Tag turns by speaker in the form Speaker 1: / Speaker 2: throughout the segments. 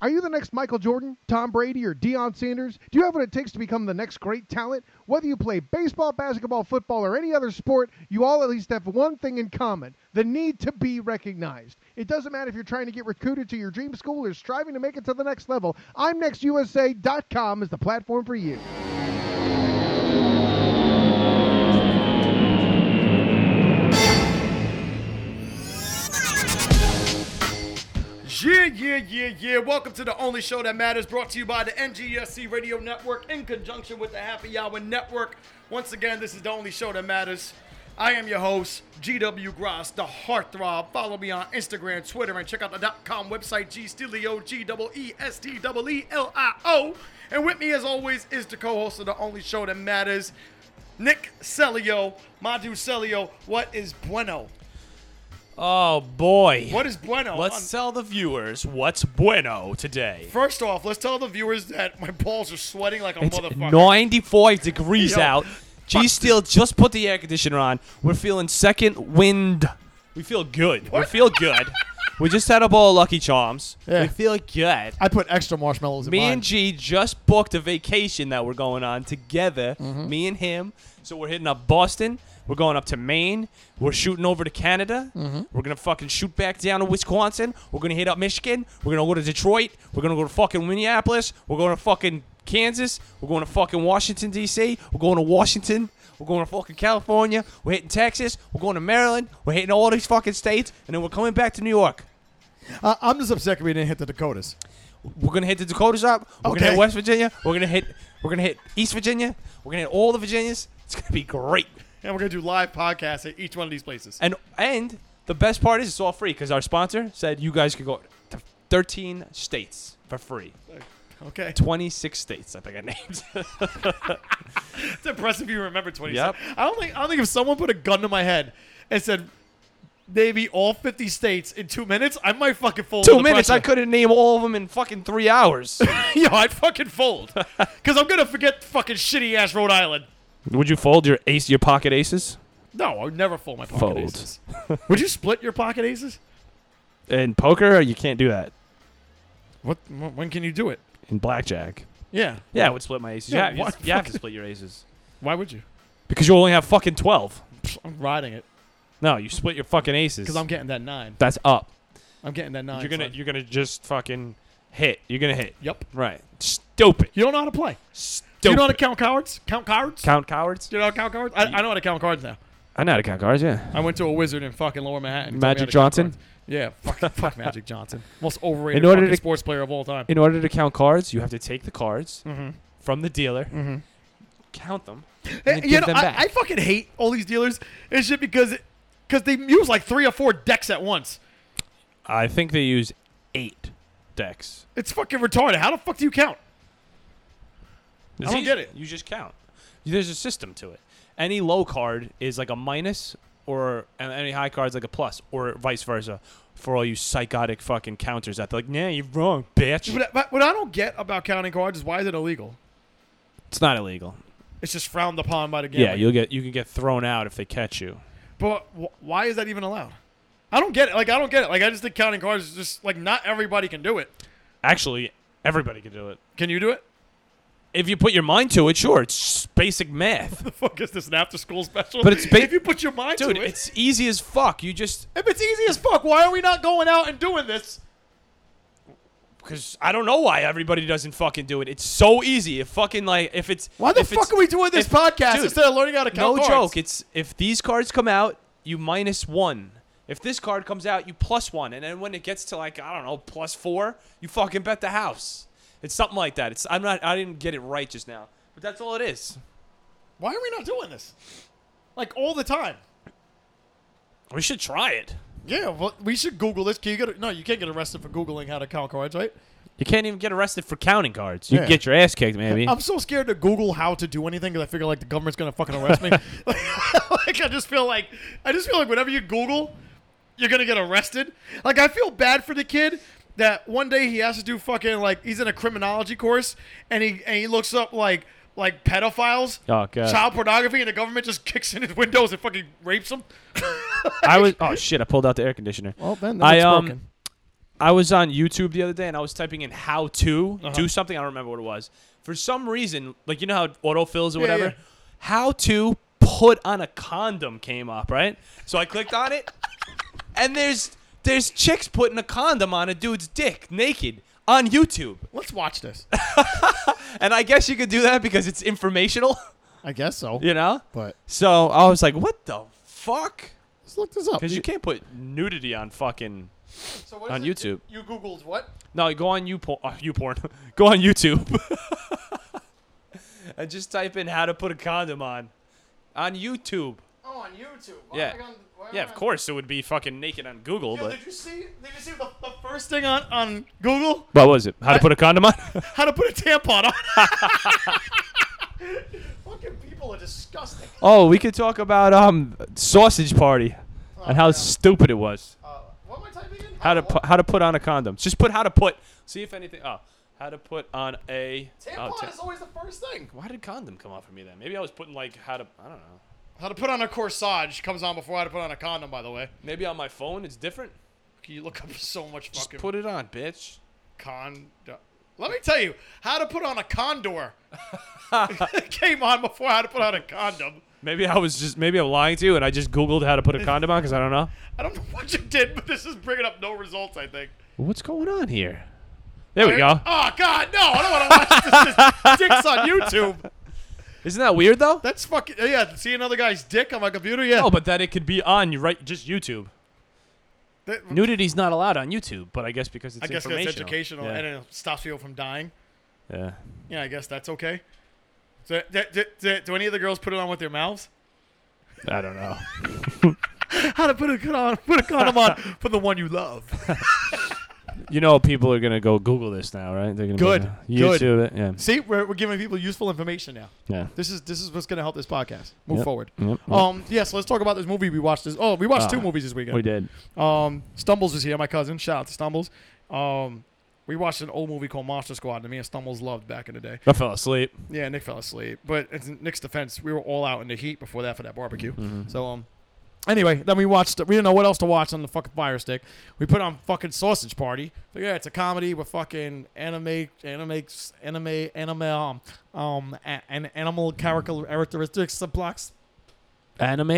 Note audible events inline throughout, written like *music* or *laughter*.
Speaker 1: Are you the next Michael Jordan, Tom Brady, or Deion Sanders? Do you have what it takes to become the next great talent? Whether you play baseball, basketball, football, or any other sport, you all at least have one thing in common the need to be recognized. It doesn't matter if you're trying to get recruited to your dream school or striving to make it to the next level. I'mNextUSA.com is the platform for you.
Speaker 2: Yeah, yeah, yeah, yeah. Welcome to the only show that matters, brought to you by the NGSC Radio Network in conjunction with the Happy Hour Network. Once again, this is the only show that matters. I am your host, GW Gross, the heartthrob. Follow me on Instagram, Twitter, and check out the .com website, gstilio, E G-E-E-S-T-E-E-L-I-O. And with me, as always, is the co-host of the only show that matters, Nick Celio. Madu Celio, what is bueno?
Speaker 3: Oh boy.
Speaker 2: What is bueno?
Speaker 3: Let's
Speaker 2: On-
Speaker 3: tell the viewers what's bueno today.
Speaker 2: First off, let's tell the viewers that my balls are sweating like a
Speaker 3: It's
Speaker 2: motherfucker.
Speaker 3: 95 degrees
Speaker 2: Yo,
Speaker 3: out. G Steel just put the air conditioner on. We're feeling second wind. We feel good. We feel good. we just had a bowl of Lucky Charms.
Speaker 4: Yeah.
Speaker 3: We feel good.
Speaker 4: I put extra marshmallows in
Speaker 3: Me
Speaker 4: mine.
Speaker 3: and G just booked a vacation that we're going on together, me and him. So we're hitting up Boston. We're going up to Maine. We're shooting over to Canada. We're going to fucking shoot back down to Wisconsin. We're going to hit up Michigan. We're going to go to Detroit. We're going to go to fucking Minneapolis. We're going to fucking Kansas. We're going to fucking Washington, D.C. We're going to Washington. We're going to fucking California. We're hitting Texas. We're going to Maryland. We're hitting all these fucking states. And then we're coming back to New York.
Speaker 4: Uh, I'm just upset we didn't hit the Dakotas.
Speaker 3: We're gonna hit the Dakotas up. We're gonna
Speaker 4: Okay.
Speaker 3: hit West Virginia. We're gonna hit. We're gonna hit East Virginia. We're gonna hit all the Virginias. It's gonna be great.
Speaker 2: and we're gonna do live podcasts at each one of these places.
Speaker 3: And and the best part is it's all free because our sponsor said you guys could go to 13 states for free. *laughs*
Speaker 2: Okay,
Speaker 3: 26 states, I think I named. *laughs*
Speaker 2: it's impressive you remember twenty.
Speaker 3: Yep.
Speaker 2: I don't think I don't think if someone put a gun to my head and said, "Navy all fifty states in two minutes," I might fucking fold.
Speaker 3: Two
Speaker 2: under
Speaker 3: minutes. I
Speaker 2: pressure.
Speaker 3: couldn't name all of them in fucking three hours.
Speaker 2: *laughs* Yo, I'd fucking fold because I'm gonna forget fucking shitty ass Rhode Island.
Speaker 3: *laughs* Would you fold your ace, your pocket aces,
Speaker 2: No, I would never fold my pocket
Speaker 3: Fold.
Speaker 2: aces. *laughs* would you split your pocket aces?
Speaker 3: in poker? You can't do that
Speaker 2: What? When can you do it?
Speaker 3: in blackjack.
Speaker 2: Yeah.
Speaker 3: Yeah, I would split my aces.
Speaker 2: Yeah,
Speaker 3: Yeah, you,
Speaker 2: what
Speaker 3: you have to split your aces
Speaker 2: Why would you?
Speaker 3: because you only have fucking 12.
Speaker 2: Psh, I'm riding it
Speaker 3: No, you split your fucking aces.
Speaker 2: because I'm getting that nine.
Speaker 3: That's up.
Speaker 2: I'm getting that 9
Speaker 3: You're gonna
Speaker 2: son.
Speaker 3: you're gonna just fucking hit. You're gonna hit.
Speaker 2: yep.
Speaker 3: Right. Stupid.
Speaker 2: You don't know how to play.
Speaker 3: Stupid.
Speaker 2: Do you know how to count cards? Count cards?
Speaker 3: count cowards?
Speaker 2: Do you know how to count cards? I, I know how to count cards now.
Speaker 3: I know how to count cowards. Yeah.
Speaker 2: I went to a wizard in fucking Lower Manhattan. He told me
Speaker 3: Magic
Speaker 2: how to count
Speaker 3: Johnson?
Speaker 2: cards. Yeah,
Speaker 3: *laughs*
Speaker 2: fuck, fuck Magic Johnson. Most overrated
Speaker 3: In order
Speaker 2: fucking
Speaker 3: to-
Speaker 2: sports player of all time.
Speaker 3: In order to count cards, you have to take the cards
Speaker 2: Mm-hmm.
Speaker 3: from the dealer, count them, and then
Speaker 2: you
Speaker 3: give
Speaker 2: know,
Speaker 3: them
Speaker 2: I,
Speaker 3: back.
Speaker 2: I fucking hate all these dealers and shit because because they use like three or four decks at once.
Speaker 3: I think they use eight decks.
Speaker 2: It's fucking retarded. How the fuck do you count?
Speaker 3: It's
Speaker 2: don't
Speaker 3: easy.
Speaker 2: get it.
Speaker 3: You just count. There's a system to it. Any low card is like a minus, or and any high card is like a plus, or vice versa. For all you psychotic fucking counters out there, like, nah, you're wrong, bitch.
Speaker 2: But, but what I don't get about counting cards is why is it illegal?
Speaker 3: It's not illegal.
Speaker 2: It's just frowned upon by the game.
Speaker 3: Yeah, you'll get you can get thrown out if they catch you.
Speaker 2: But wh- why is that even allowed? I don't get it. Like I don't get it. Like I just think counting cards is just like not everybody can do it.
Speaker 3: Actually, everybody can do it
Speaker 2: Can you do it? *laughs*
Speaker 3: if you put your mind to it. Sure, it's basic math,
Speaker 2: *laughs* The fuck is this an after school special?
Speaker 3: But it's ba-
Speaker 2: if you put your mind
Speaker 3: dude.
Speaker 2: to it.
Speaker 3: It's easy as fuck. You just
Speaker 2: if it's easy as fuck, why are we not going out and doing this?
Speaker 3: because I don't know why everybody doesn't fucking do it. It's so easy. If fucking like if it's
Speaker 2: Why the
Speaker 3: if it's-
Speaker 2: fuck are we doing this
Speaker 3: if-
Speaker 2: podcast
Speaker 3: dude,
Speaker 2: instead of learning how to count
Speaker 3: No
Speaker 2: cards?
Speaker 3: joke. It's if these cards come out, you minus one. If this card comes out, you plus one. And then when it gets to like I don't know plus four, you fucking bet the house. It's something like that. It's I'm not I didn't get it right just now, but that's all it is.
Speaker 2: why are we not doing this? Like all the time.
Speaker 3: We should try it.
Speaker 2: Yeah, well, we should Google this. Can you get a- no, you can't get arrested for googling how to count cards, right?
Speaker 3: You can't even get arrested for counting cards. You
Speaker 4: Yeah.
Speaker 3: get your ass kicked, maybe.
Speaker 2: I'm so scared to Google how to do anything because I figure like the government's gonna fucking arrest
Speaker 3: *laughs*
Speaker 2: me. like I just feel like I just feel like whenever you Google, you're gonna get arrested. Like I feel bad for the kid that one day he has to do fucking like he's in a criminology course and he and he looks up like like pedophiles,
Speaker 3: Oh, God.
Speaker 2: child pornography, and the government just kicks in his windows and fucking rapes him.
Speaker 3: I was. Oh shit! I pulled out the air conditioner.
Speaker 4: Well, then
Speaker 3: I
Speaker 4: that's
Speaker 3: um.
Speaker 4: broken.
Speaker 3: I was on YouTube the other day and I was typing in how to do something. I don't remember what it was. For some reason, like you know how it autofills or whatever,
Speaker 5: yeah.
Speaker 3: how to put on a condom came up, right? So I clicked on it, and there's there's chicks putting a condom on a dude's dick naked on YouTube,
Speaker 2: Let's watch
Speaker 3: *laughs*
Speaker 2: this.
Speaker 3: and I guess you could do that because it's informational, *laughs*
Speaker 2: I guess so.
Speaker 3: you know.
Speaker 2: But
Speaker 3: So I was like, what the fuck?
Speaker 2: let's look this up.
Speaker 3: Because you can't put nudity on fucking
Speaker 5: So what
Speaker 3: On
Speaker 5: is
Speaker 3: YouTube.
Speaker 5: You Googled what?
Speaker 3: No, go on you uh, you porn. *laughs* go on YouTube. *laughs* and just type in how to put a condom on on YouTube.
Speaker 5: Oh, on YouTube. Why
Speaker 3: Yeah.
Speaker 5: am I gonna- why am
Speaker 3: Yeah,
Speaker 5: I-
Speaker 3: of course it would be fucking naked on Google,
Speaker 5: Yo,
Speaker 3: but
Speaker 5: did you see? Did you see the, the first thing on, on Google?
Speaker 3: what was it? How to put a condom on? *laughs*
Speaker 5: How to put a tampon on? *laughs* Fucking people are disgusting.
Speaker 3: oh, we could talk about um sausage party and how stupid it was.
Speaker 5: Uh, what am I typing Oh, in?
Speaker 3: How to
Speaker 5: put
Speaker 3: pu- how to put on a condom? Just put how to put. See if anything. Oh, how to put on a.
Speaker 5: tampon
Speaker 3: Oh, ta-
Speaker 5: is always the first thing.
Speaker 3: Why did condom come off for me then? Maybe I was putting like how to. I don't know.
Speaker 5: How to put on a corsage comes on before how to put on a condom. By the way,
Speaker 3: Maybe on my phone it's different.
Speaker 5: you look up *laughs* so much
Speaker 3: Just
Speaker 5: fucking
Speaker 3: put it on, bitch.
Speaker 5: condom. Let me tell you how to put on a condor. *laughs* came on before how to put on a condom.
Speaker 3: Maybe I was just maybe I'm lying to you, and I just Googled how to put a condom on because I don't know.
Speaker 5: I don't know what you did, but this is bringing up no results. I think.
Speaker 3: What's going on here? There we go.
Speaker 5: Oh God, no! I don't want to watch this, this dicks on YouTube.
Speaker 3: Isn't that weird though?
Speaker 5: That's fucking yeah. See another guy's dick on my computer? Yeah.
Speaker 3: Oh, but that it could be on you right just YouTube.
Speaker 5: That-
Speaker 3: Nudity's not allowed on YouTube, but I guess because it's
Speaker 5: I guess 'cause
Speaker 3: informational.
Speaker 5: it's educational
Speaker 3: Yeah.
Speaker 5: and it stops people from dying.
Speaker 3: yeah.
Speaker 5: Yeah, I guess that's okay. So, do, do- do- do any of the girls put it on with their mouths?
Speaker 3: I don't know.
Speaker 5: How to put a condom, put a condom *laughs* on for the one you love.
Speaker 3: You know, people are gonna go Google this now, right? They're gonna
Speaker 2: Good,
Speaker 3: Be,
Speaker 2: good.
Speaker 3: YouTube it. Yeah.
Speaker 2: See, we're, we're giving people useful information now.
Speaker 3: Yeah.
Speaker 2: This is this is what's going to help this podcast move
Speaker 3: Yep.
Speaker 2: forward.
Speaker 3: Yep, yep.
Speaker 2: Um, yes, let's talk about this movie we watched. This oh, we watched
Speaker 3: Ah,
Speaker 2: two movies this weekend.
Speaker 3: We did.
Speaker 2: Um,
Speaker 5: Stumbles is here, my cousin. Shout out to Stumbles. Um, we watched an old movie called Monster Squad that me and Stumbles loved back in the day.
Speaker 3: I fell asleep.
Speaker 5: Yeah, Nick fell asleep, but it's in Nick's defense, we were all out in the heat before that for that barbecue. So um,
Speaker 2: Anyway, then we watched. We didn't know what else to watch on the fucking Fire Stick. We put on fucking Sausage Party. So yeah, it's a comedy with fucking anime, anime, anime, anime, um, um, a- and animal character characteristics and blocks.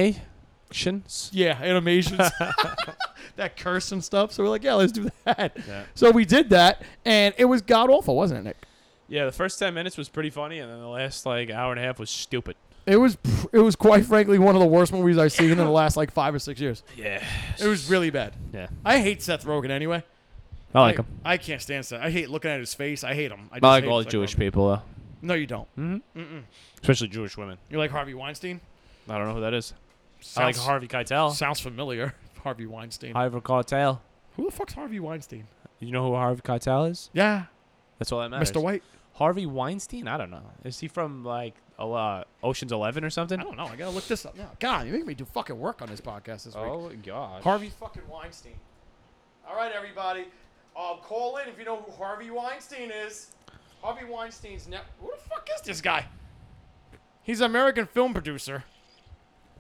Speaker 3: Animations.
Speaker 2: Yeah, animations.
Speaker 3: *laughs*
Speaker 2: *laughs* that curse and stuff. So we're like, yeah, let's do that.
Speaker 3: Yeah.
Speaker 2: So we did that, and it was god awful, wasn't it, Nick?
Speaker 3: Yeah. The first ten minutes was pretty funny, and then the last like hour and a half was stupid.
Speaker 2: It was. pr- It was quite frankly one of the worst movies I've seen in the last like five or six years.
Speaker 3: Yeah.
Speaker 2: It was really bad.
Speaker 3: Yeah.
Speaker 2: I hate Seth Rogen anyway.
Speaker 3: I like 'em.
Speaker 5: I can't stand that. I hate looking at his face. I hate him. I, just
Speaker 3: I like
Speaker 5: hate
Speaker 3: all
Speaker 5: him.
Speaker 3: Jewish people Hmm?
Speaker 2: No,
Speaker 3: though,
Speaker 2: you don't.
Speaker 3: especially Jewish women.
Speaker 5: You like Harvey Weinstein?
Speaker 3: I don't know who that is. I like
Speaker 5: Sounds-
Speaker 3: Harvey Keitel.
Speaker 2: Sounds familiar. *laughs* Harvey Weinstein.
Speaker 3: Harvey Keitel.
Speaker 2: Who the fuck's Harvey Weinstein?
Speaker 3: You know who Harvey Keitel is?
Speaker 2: Yeah,
Speaker 3: That's all that matters.
Speaker 2: Mr. White.
Speaker 3: Harvey Weinstein? I don't know. Is he from like a lot- Ocean's Eleven or something?
Speaker 2: I don't know. I gotta look this up now. God, you make me do fucking work on this podcast this
Speaker 3: Oh,
Speaker 2: week.
Speaker 3: God.
Speaker 2: Harvey
Speaker 5: fucking Weinstein. All right, everybody. Uh, call in if you know who Harvey Weinstein is. Harvey Weinstein's net. Who the fuck is this guy?
Speaker 2: He's an American film producer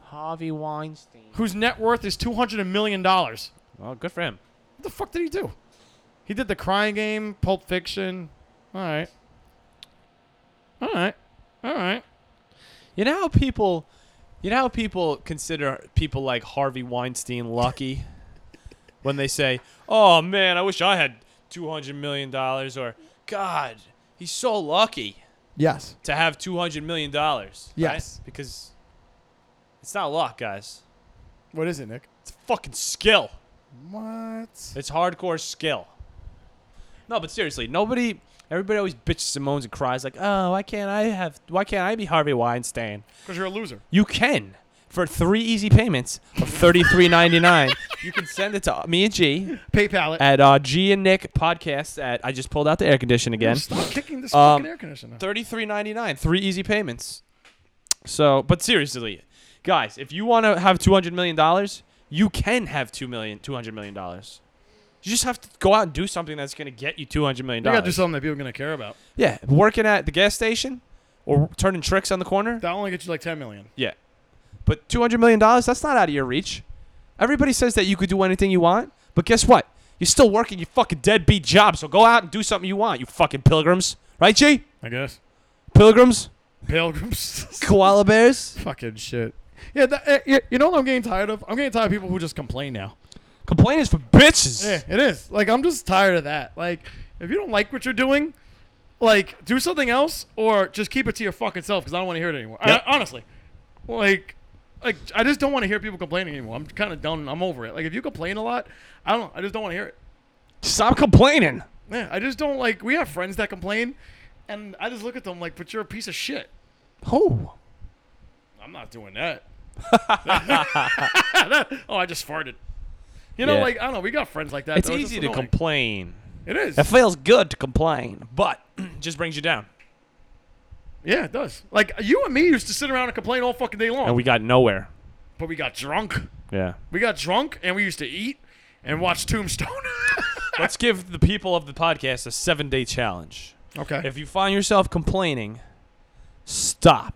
Speaker 3: Harvey Weinstein.
Speaker 2: whose net worth is two hundred million dollars.
Speaker 3: Oh, good for him.
Speaker 2: What the fuck did he do? He did The Crying Game, Pulp Fiction. All right. All right. All right.
Speaker 3: You know how people, you know how people consider people like Harvey Weinstein lucky when they say, "Oh man, I wish I had two hundred million dollars," or "God, he's so lucky."
Speaker 2: Yes.
Speaker 3: to have two hundred million dollars.
Speaker 2: Yes.
Speaker 3: because it's not luck, guys.
Speaker 2: What is it, Nick?
Speaker 3: It's fucking skill.
Speaker 2: What?
Speaker 3: It's hardcore skill. No, but seriously, nobody. Everybody always bitches and moans and cries like, "Oh, why can't I have? Why can't I be Harvey Weinstein?"
Speaker 5: Because you're a loser.
Speaker 3: You can for three easy payments of thirty three ninety *laughs* nine. You can send it to me and G
Speaker 2: PayPal it.
Speaker 3: at uh, G and Nick podcast at. I just pulled out the air condition again.
Speaker 2: Stop kicking this
Speaker 3: Um,
Speaker 2: fucking air conditioner.
Speaker 3: Thirty-three ninety-nine, three easy payments. So, but seriously, guys, if you want to have two hundred million dollars, you can have two million, two hundred million dollars. You just have to go out and do something that's going to get you two hundred million
Speaker 5: You gotta do
Speaker 3: dollars.
Speaker 5: something that people are gonna care about.
Speaker 3: yeah, working at the gas station or turning tricks on the corner.
Speaker 5: That only gets you like 10 million.
Speaker 3: Yeah, but two hundred million dollars—that's not out of your reach. Everybody says that you could do anything you want, but guess what? You're still working your fucking deadbeat job, so go out and do something you want, you fucking pilgrims. Right, G?
Speaker 2: I guess.
Speaker 3: Pilgrims?
Speaker 2: Pilgrims. *laughs*
Speaker 3: Koala bears?
Speaker 2: Fucking shit. Yeah, that, eh, yeah, you know what I'm getting tired of? I'm getting tired of people who just complain now.
Speaker 3: Complainers for bitches.
Speaker 2: Yeah, it is. Like I'm just tired of that. Like if you don't like what you're doing, like do something else or just keep it to your fucking self because I don't want to hear it anymore. I-
Speaker 3: Yep.
Speaker 2: honestly, like. Like I just don't want to hear people complaining anymore. I'm kind of done. I'm over it. Like if you complain a lot, I don't. I just don't want to hear it.
Speaker 3: Stop complaining.
Speaker 2: Yeah, I just don't like. We have friends that complain, and I just look at them like, "But you're a piece of shit."
Speaker 3: Oh.
Speaker 2: I'm not doing
Speaker 3: *laughs*
Speaker 2: that. *laughs* oh, I just farted. You know,
Speaker 3: Yeah.
Speaker 2: like I don't know. We got friends like that.
Speaker 3: It's
Speaker 2: though.
Speaker 3: easy
Speaker 2: just
Speaker 3: to
Speaker 2: annoying.
Speaker 3: complain.
Speaker 2: It is.
Speaker 3: It feels good to complain, but *clears throat* just brings you down.
Speaker 2: Yeah, it does. Like you and me used to sit around and complain all fucking day long.
Speaker 3: And we got nowhere.
Speaker 2: but we got drunk.
Speaker 3: Yeah.
Speaker 2: We got drunk and we used to eat and watch Tombstone. *laughs*
Speaker 3: Let's give the people of the podcast a seven day challenge.
Speaker 2: okay.
Speaker 3: If you find yourself complaining, stop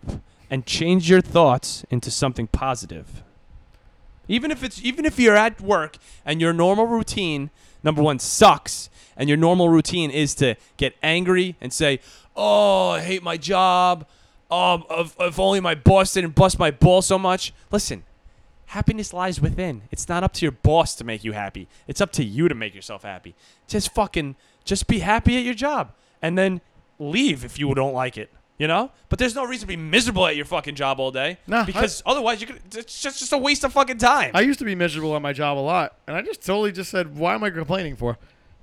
Speaker 3: and change your thoughts into something positive. Even if it's even if you're at work and your normal routine number 1 sucks and your normal routine is to get angry and say, "Oh, I hate my job. Um if, if only my boss didn't bust my ball so much." Listen, happiness lies within. It's not up to your boss to make you happy. It's up to you to make yourself happy. Just fucking just be happy at your job and then leave if you don't like it. You know? But there's no reason to be miserable at your fucking job all day.
Speaker 2: No, I-
Speaker 3: because otherwise you could it's just, just a waste of fucking time.
Speaker 2: I used to be miserable at my job a lot, and I just totally just said, "Why am I complaining for?"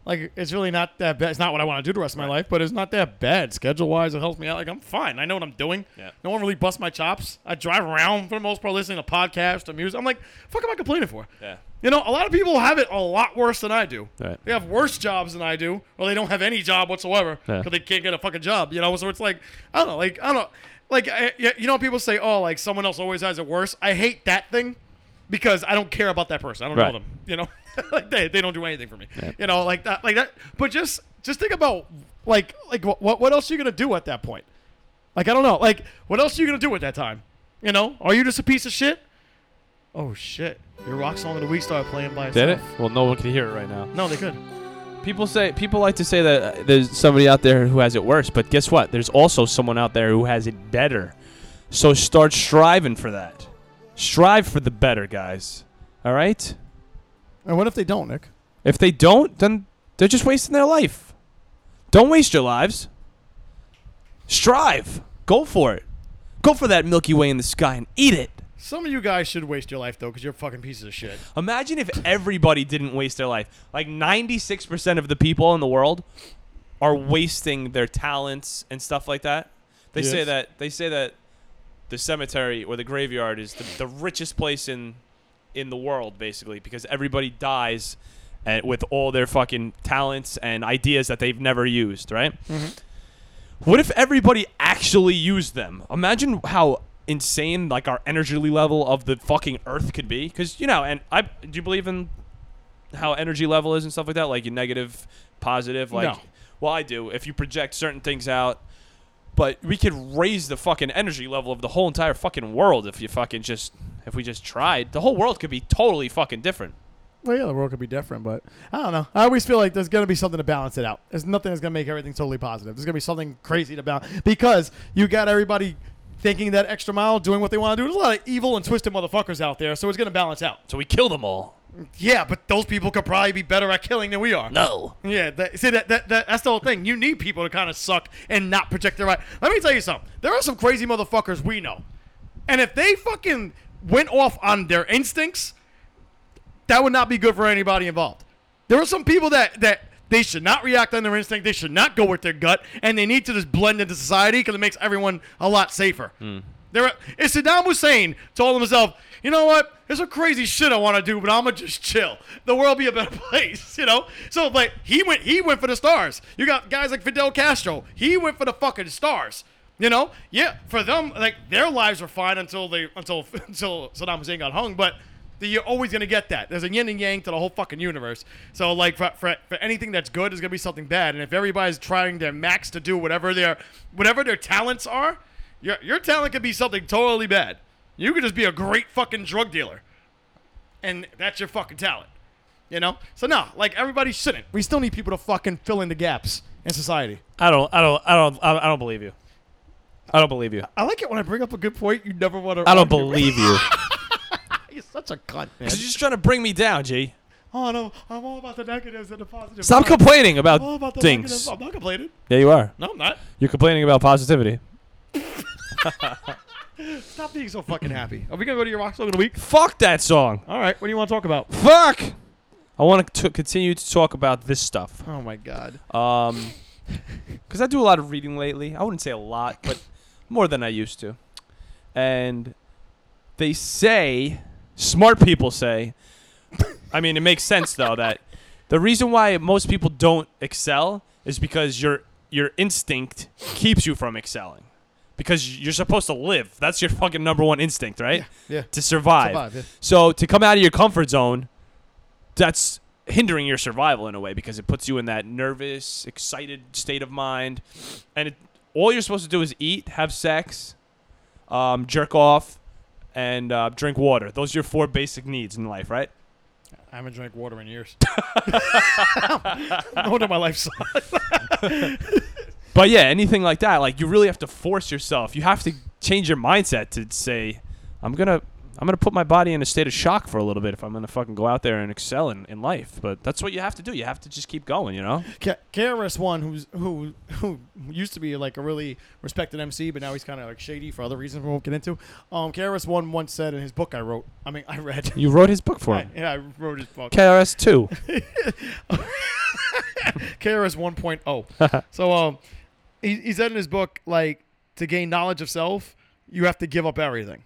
Speaker 2: Like it's really not that bad. It's not what I want to do the rest of my life, but it's not that bad. Schedule wise, it helps me out. Like I'm fine. I know what I'm doing.
Speaker 3: Yeah.
Speaker 2: No one really busts my chops. I drive around for the most part, listening to podcasts, to music. I'm like, "Fuck, am I complaining for?"
Speaker 3: yeah.
Speaker 2: You know, a lot of people have it a lot worse than I do.
Speaker 3: Right.
Speaker 2: They have worse jobs than I do, or they don't have any job whatsoever
Speaker 3: Yeah.
Speaker 2: because they can't get a fucking job. You know, so it's like I don't know, like I don't know, like I, y- you know, people say, oh, like someone else always has it worse. I hate that thing because I don't care about that person. I don't
Speaker 3: Right.
Speaker 2: know them. You know, *laughs* like they, they don't do anything for me. You know, like that, like that. But just just think about like like what what else are you gonna do at that point? Like I don't know, like what else are you gonna do at that time? You know, are you just a piece of shit? Oh shit! Your rock song of the week started playing by itself.
Speaker 3: Well, no one can hear it right now.
Speaker 2: No, they could.
Speaker 3: People say people like to say that uh, there's somebody out there who has it worse, but guess what? There's also someone out there who has it better. So start striving for that. Strive for the better, guys. All right?
Speaker 2: And what if they don't, Nick?
Speaker 3: If they don't, then they're just wasting their life. Don't waste your lives. Strive. Go for it. Go for that Milky Way in the sky and eat it.
Speaker 2: Some of you guys should waste your life though, because you're fucking pieces of shit.
Speaker 3: Imagine if everybody didn't waste their life. Like 96% of the people in the world are wasting their talents and stuff like that. They say
Speaker 2: Yes.
Speaker 3: that they say that the cemetery or the graveyard is the, the richest place in in the world basically because everybody dies and with all their fucking talents and ideas that they've never used, right? What if everybody actually used them? Imagine how insane like our energy level of the fucking earth could be cuz you know and I do you believe in how energy level is and stuff like that like your negative positive like
Speaker 2: No.
Speaker 3: well I do if you project certain things out but we could raise the fucking energy level of the whole entire fucking world if you fucking just if we just tried. The whole world could be totally fucking different.
Speaker 2: Well, yeah, the world could be different, but I don't know. I always feel like there's gonna be something to balance it out. There's nothing that's gonna make everything totally positive. There's gonna be something crazy to balance because you got everybody thinking that extra mile, doing what they want to do. There's a lot of evil and twisted motherfuckers out there, so it's gonna balance out.
Speaker 3: So we kill them all.
Speaker 2: Yeah, but those people could probably be better at killing than we are.
Speaker 3: No.
Speaker 2: Yeah, that, see that, that, that that's the whole thing. You need people to kind of suck and not project their right. Let me tell you something. There are some crazy motherfuckers we know, and if they fucking went off on their instincts, that would not be good for anybody involved. There are some people that that they should not react on their instinct. They should not go with their gut, and they need to just blend into society because it makes everyone a lot safer. There, are- if Saddam Hussein told himself, you know what, there's some crazy shit I want to do, but I'ma just chill. The world be a better *laughs* place, you know. So like he went, he went for the stars. You got guys like Fidel Castro. He went for the fucking stars. You know, yeah. For them, like their lives were fine until they until *laughs* until Saddam Hussein got hung, but that you're always going to get that. There's a yin and yang to the whole fucking universe. So, like, for, for, for anything that's good, there's going to be something bad. And if everybody's trying their max to do whatever their whatever their talents are, your, your talent could be something totally bad. You could just be a great fucking drug dealer. And that's your fucking talent. You know? So no, like everybody shouldn't. We still need people to fucking fill in the gaps in society.
Speaker 3: I don't. I don't. I don't. I don't believe you. I don't believe you.
Speaker 2: I like it when I bring up a good point you never want to
Speaker 3: I don't believe *laughs* you.
Speaker 2: You're such a cunt, man.
Speaker 3: You're just trying to bring me down, G.
Speaker 2: Oh no, I'm all about the negatives and the positives.
Speaker 3: Stop
Speaker 2: I'm
Speaker 3: complaining
Speaker 2: all Oh, about
Speaker 3: about
Speaker 2: the
Speaker 3: things.
Speaker 2: negatives. I'm not complaining.
Speaker 3: Yeah, you are.
Speaker 2: No, I'm not.
Speaker 3: You're complaining about positivity.
Speaker 2: Stop being so fucking happy. Are we gonna go to your rock song of the week?
Speaker 3: Fuck that song.
Speaker 2: All right. What do you want to talk about?
Speaker 3: Fuck. I want to continue to talk about this stuff.
Speaker 2: Oh my god.
Speaker 3: *laughs* Um, because I do a lot of reading lately. I wouldn't say a lot, but more than I used to. And they say, smart people say, I mean, it makes sense though that the reason why most people don't excel is because your your instinct keeps you from excelling. Because you're supposed to live. That's your fucking number one instinct, right?
Speaker 2: Yeah.
Speaker 3: To survive.
Speaker 2: Survive, yeah.
Speaker 3: So to come out of your comfort zone, that's hindering your survival in a way because it puts you in that nervous, excited state of mind, and it, all you're supposed to do is eat, have sex, um, jerk off, and uh, drink water. Those are your four basic needs in life, right?
Speaker 2: I haven't drank water in *laughs* years. no wonder my life sucks.
Speaker 3: But yeah, anything like that, like you really have to force yourself. You have to change your mindset to say, I'm gonna. I'm gonna put my body in a state of shock for a little bit if I'm gonna fucking go out there and excel in, in life. But that's what you have to do. You have to just keep going, you know?
Speaker 2: K- KRS One, who's who who used to be like a really respected MC, but now he's kind of like shady for other reasons we won't get into. Um, KRS One once said in his book I wrote, I mean I read,
Speaker 3: You wrote his book for
Speaker 2: I,
Speaker 3: him.
Speaker 2: *laughs* yeah, I wrote his book.
Speaker 3: KRS two.
Speaker 2: KRS 1.0. so um, he, he said in his book, like, to gain knowledge of self, you have to give up everything.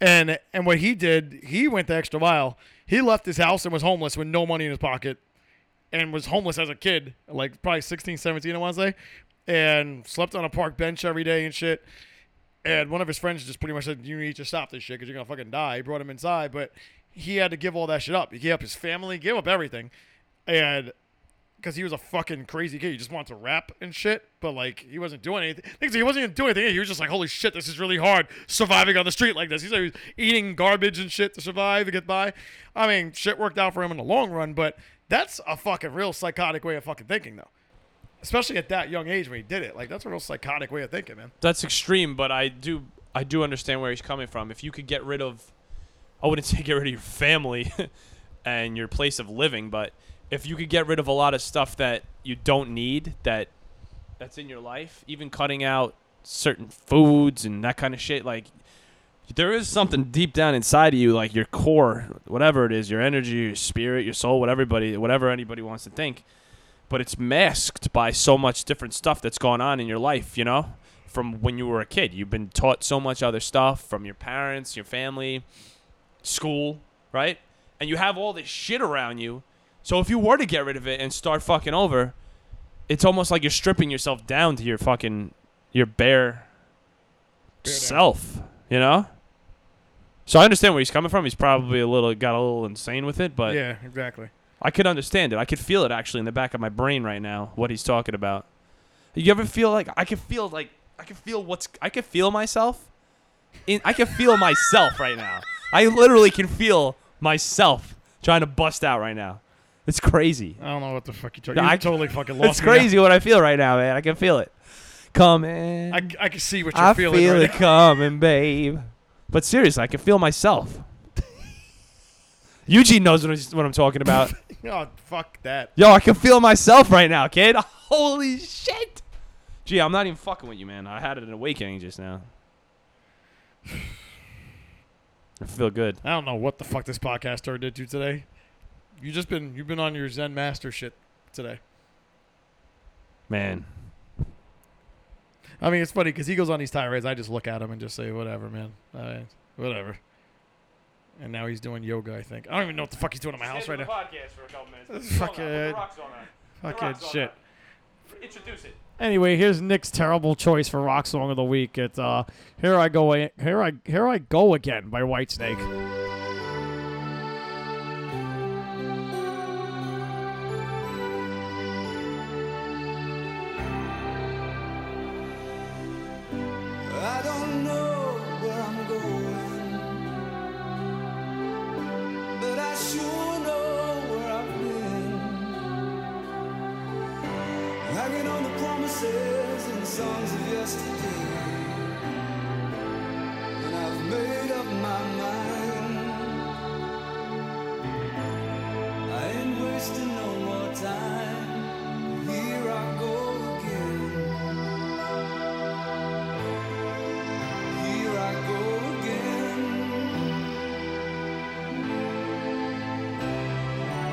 Speaker 2: And and what he did, he went the extra mile. He left his house and was homeless with no money in his pocket and was homeless as a kid, like probably 16, 17, I want to say, and slept on a park bench every day and shit. And one of his friends just pretty much said, You need to stop this shit because you're going to fucking die. He brought him inside, but he had to give all that shit up. He gave up his family, gave up everything. And because he was a fucking crazy kid. He just wanted to rap and shit, but like he wasn't doing anything. Things he wasn't even doing anything. He was just like, holy shit, this is really hard surviving on the street like this. He's like, he was eating garbage and shit to survive to get by. I mean, shit worked out for him in the long run, but that's a fucking real psychotic way of fucking thinking though. Especially at that young age when he did it. Like that's a real psychotic way of thinking, man.
Speaker 3: That's extreme, but I do I do understand where he's coming from. If you could get rid of I wouldn't *laughs* say get rid of your family *laughs* and your place of living, but if you could get rid of a lot of stuff that you don't need that that's in your life, even cutting out certain foods and that kind of shit like there is something deep down inside of you like your core whatever it is your energy your spirit your soul whatever everybody whatever anybody wants to think but it's masked by so much different stuff that's gone on in your life, you know, from when you were a kid. You've been taught so much other stuff from your parents, your family, school, right? And you have all this shit around you. So if you were to get rid of it and start fucking over, it's almost like you're stripping yourself down to your fucking your bare,
Speaker 2: down.
Speaker 3: self, you know? So I understand where he's coming from. He's probably a little got a little insane with it, but
Speaker 2: yeah, exactly.
Speaker 3: I could understand it. I could feel it actually in the back of my brain right now what he's talking about. You ever feel like I could feel like I could feel what's I could feel myself. In I can feel myself right now. I literally can feel myself trying to bust out right now. It's crazy.
Speaker 2: I don't know what the fuck you're talking
Speaker 3: No,
Speaker 2: about.
Speaker 3: I-
Speaker 2: I totally fucking lost
Speaker 3: *laughs* It's
Speaker 2: me now.
Speaker 3: crazy what I feel right now, man. I can feel it. Come in.
Speaker 2: I, I can see what you're
Speaker 3: I
Speaker 2: feeling
Speaker 3: feel
Speaker 2: right
Speaker 3: it coming, babe. But seriously, I can feel myself. *laughs* Eugene knows what I'm- what I'm talking
Speaker 2: *laughs*
Speaker 3: about.
Speaker 2: now. Oh, fuck that.
Speaker 3: Yo, I can feel myself right now, kid. *laughs* Holy shit. Gee, I'm not even fucking with you, man. I had an awakening just now. I feel good.
Speaker 2: I don't know what the fuck this podcast turned into today. You just been you've been on your Zen master shit today.
Speaker 3: Man.
Speaker 2: I mean, it's funny because he goes on these tirades. I just look at him and just say, "Whatever, man. All right, whatever." And now he's doing yoga. I think I don't even know what the fuck he's doing in my house right now. Fucking fucking shit.
Speaker 3: Introduce it.
Speaker 2: Anyway, here's Nick's terrible choice for rock song of the week. It's uh, "Here I Go, A- Here I Here I Go Again" by Whitesnake.
Speaker 6: I don't know where I'm going, but I sure know where I promises and songs of yesterday. And I've made up my mind. I ain't wasting no more time. Here I go again. Here I go again.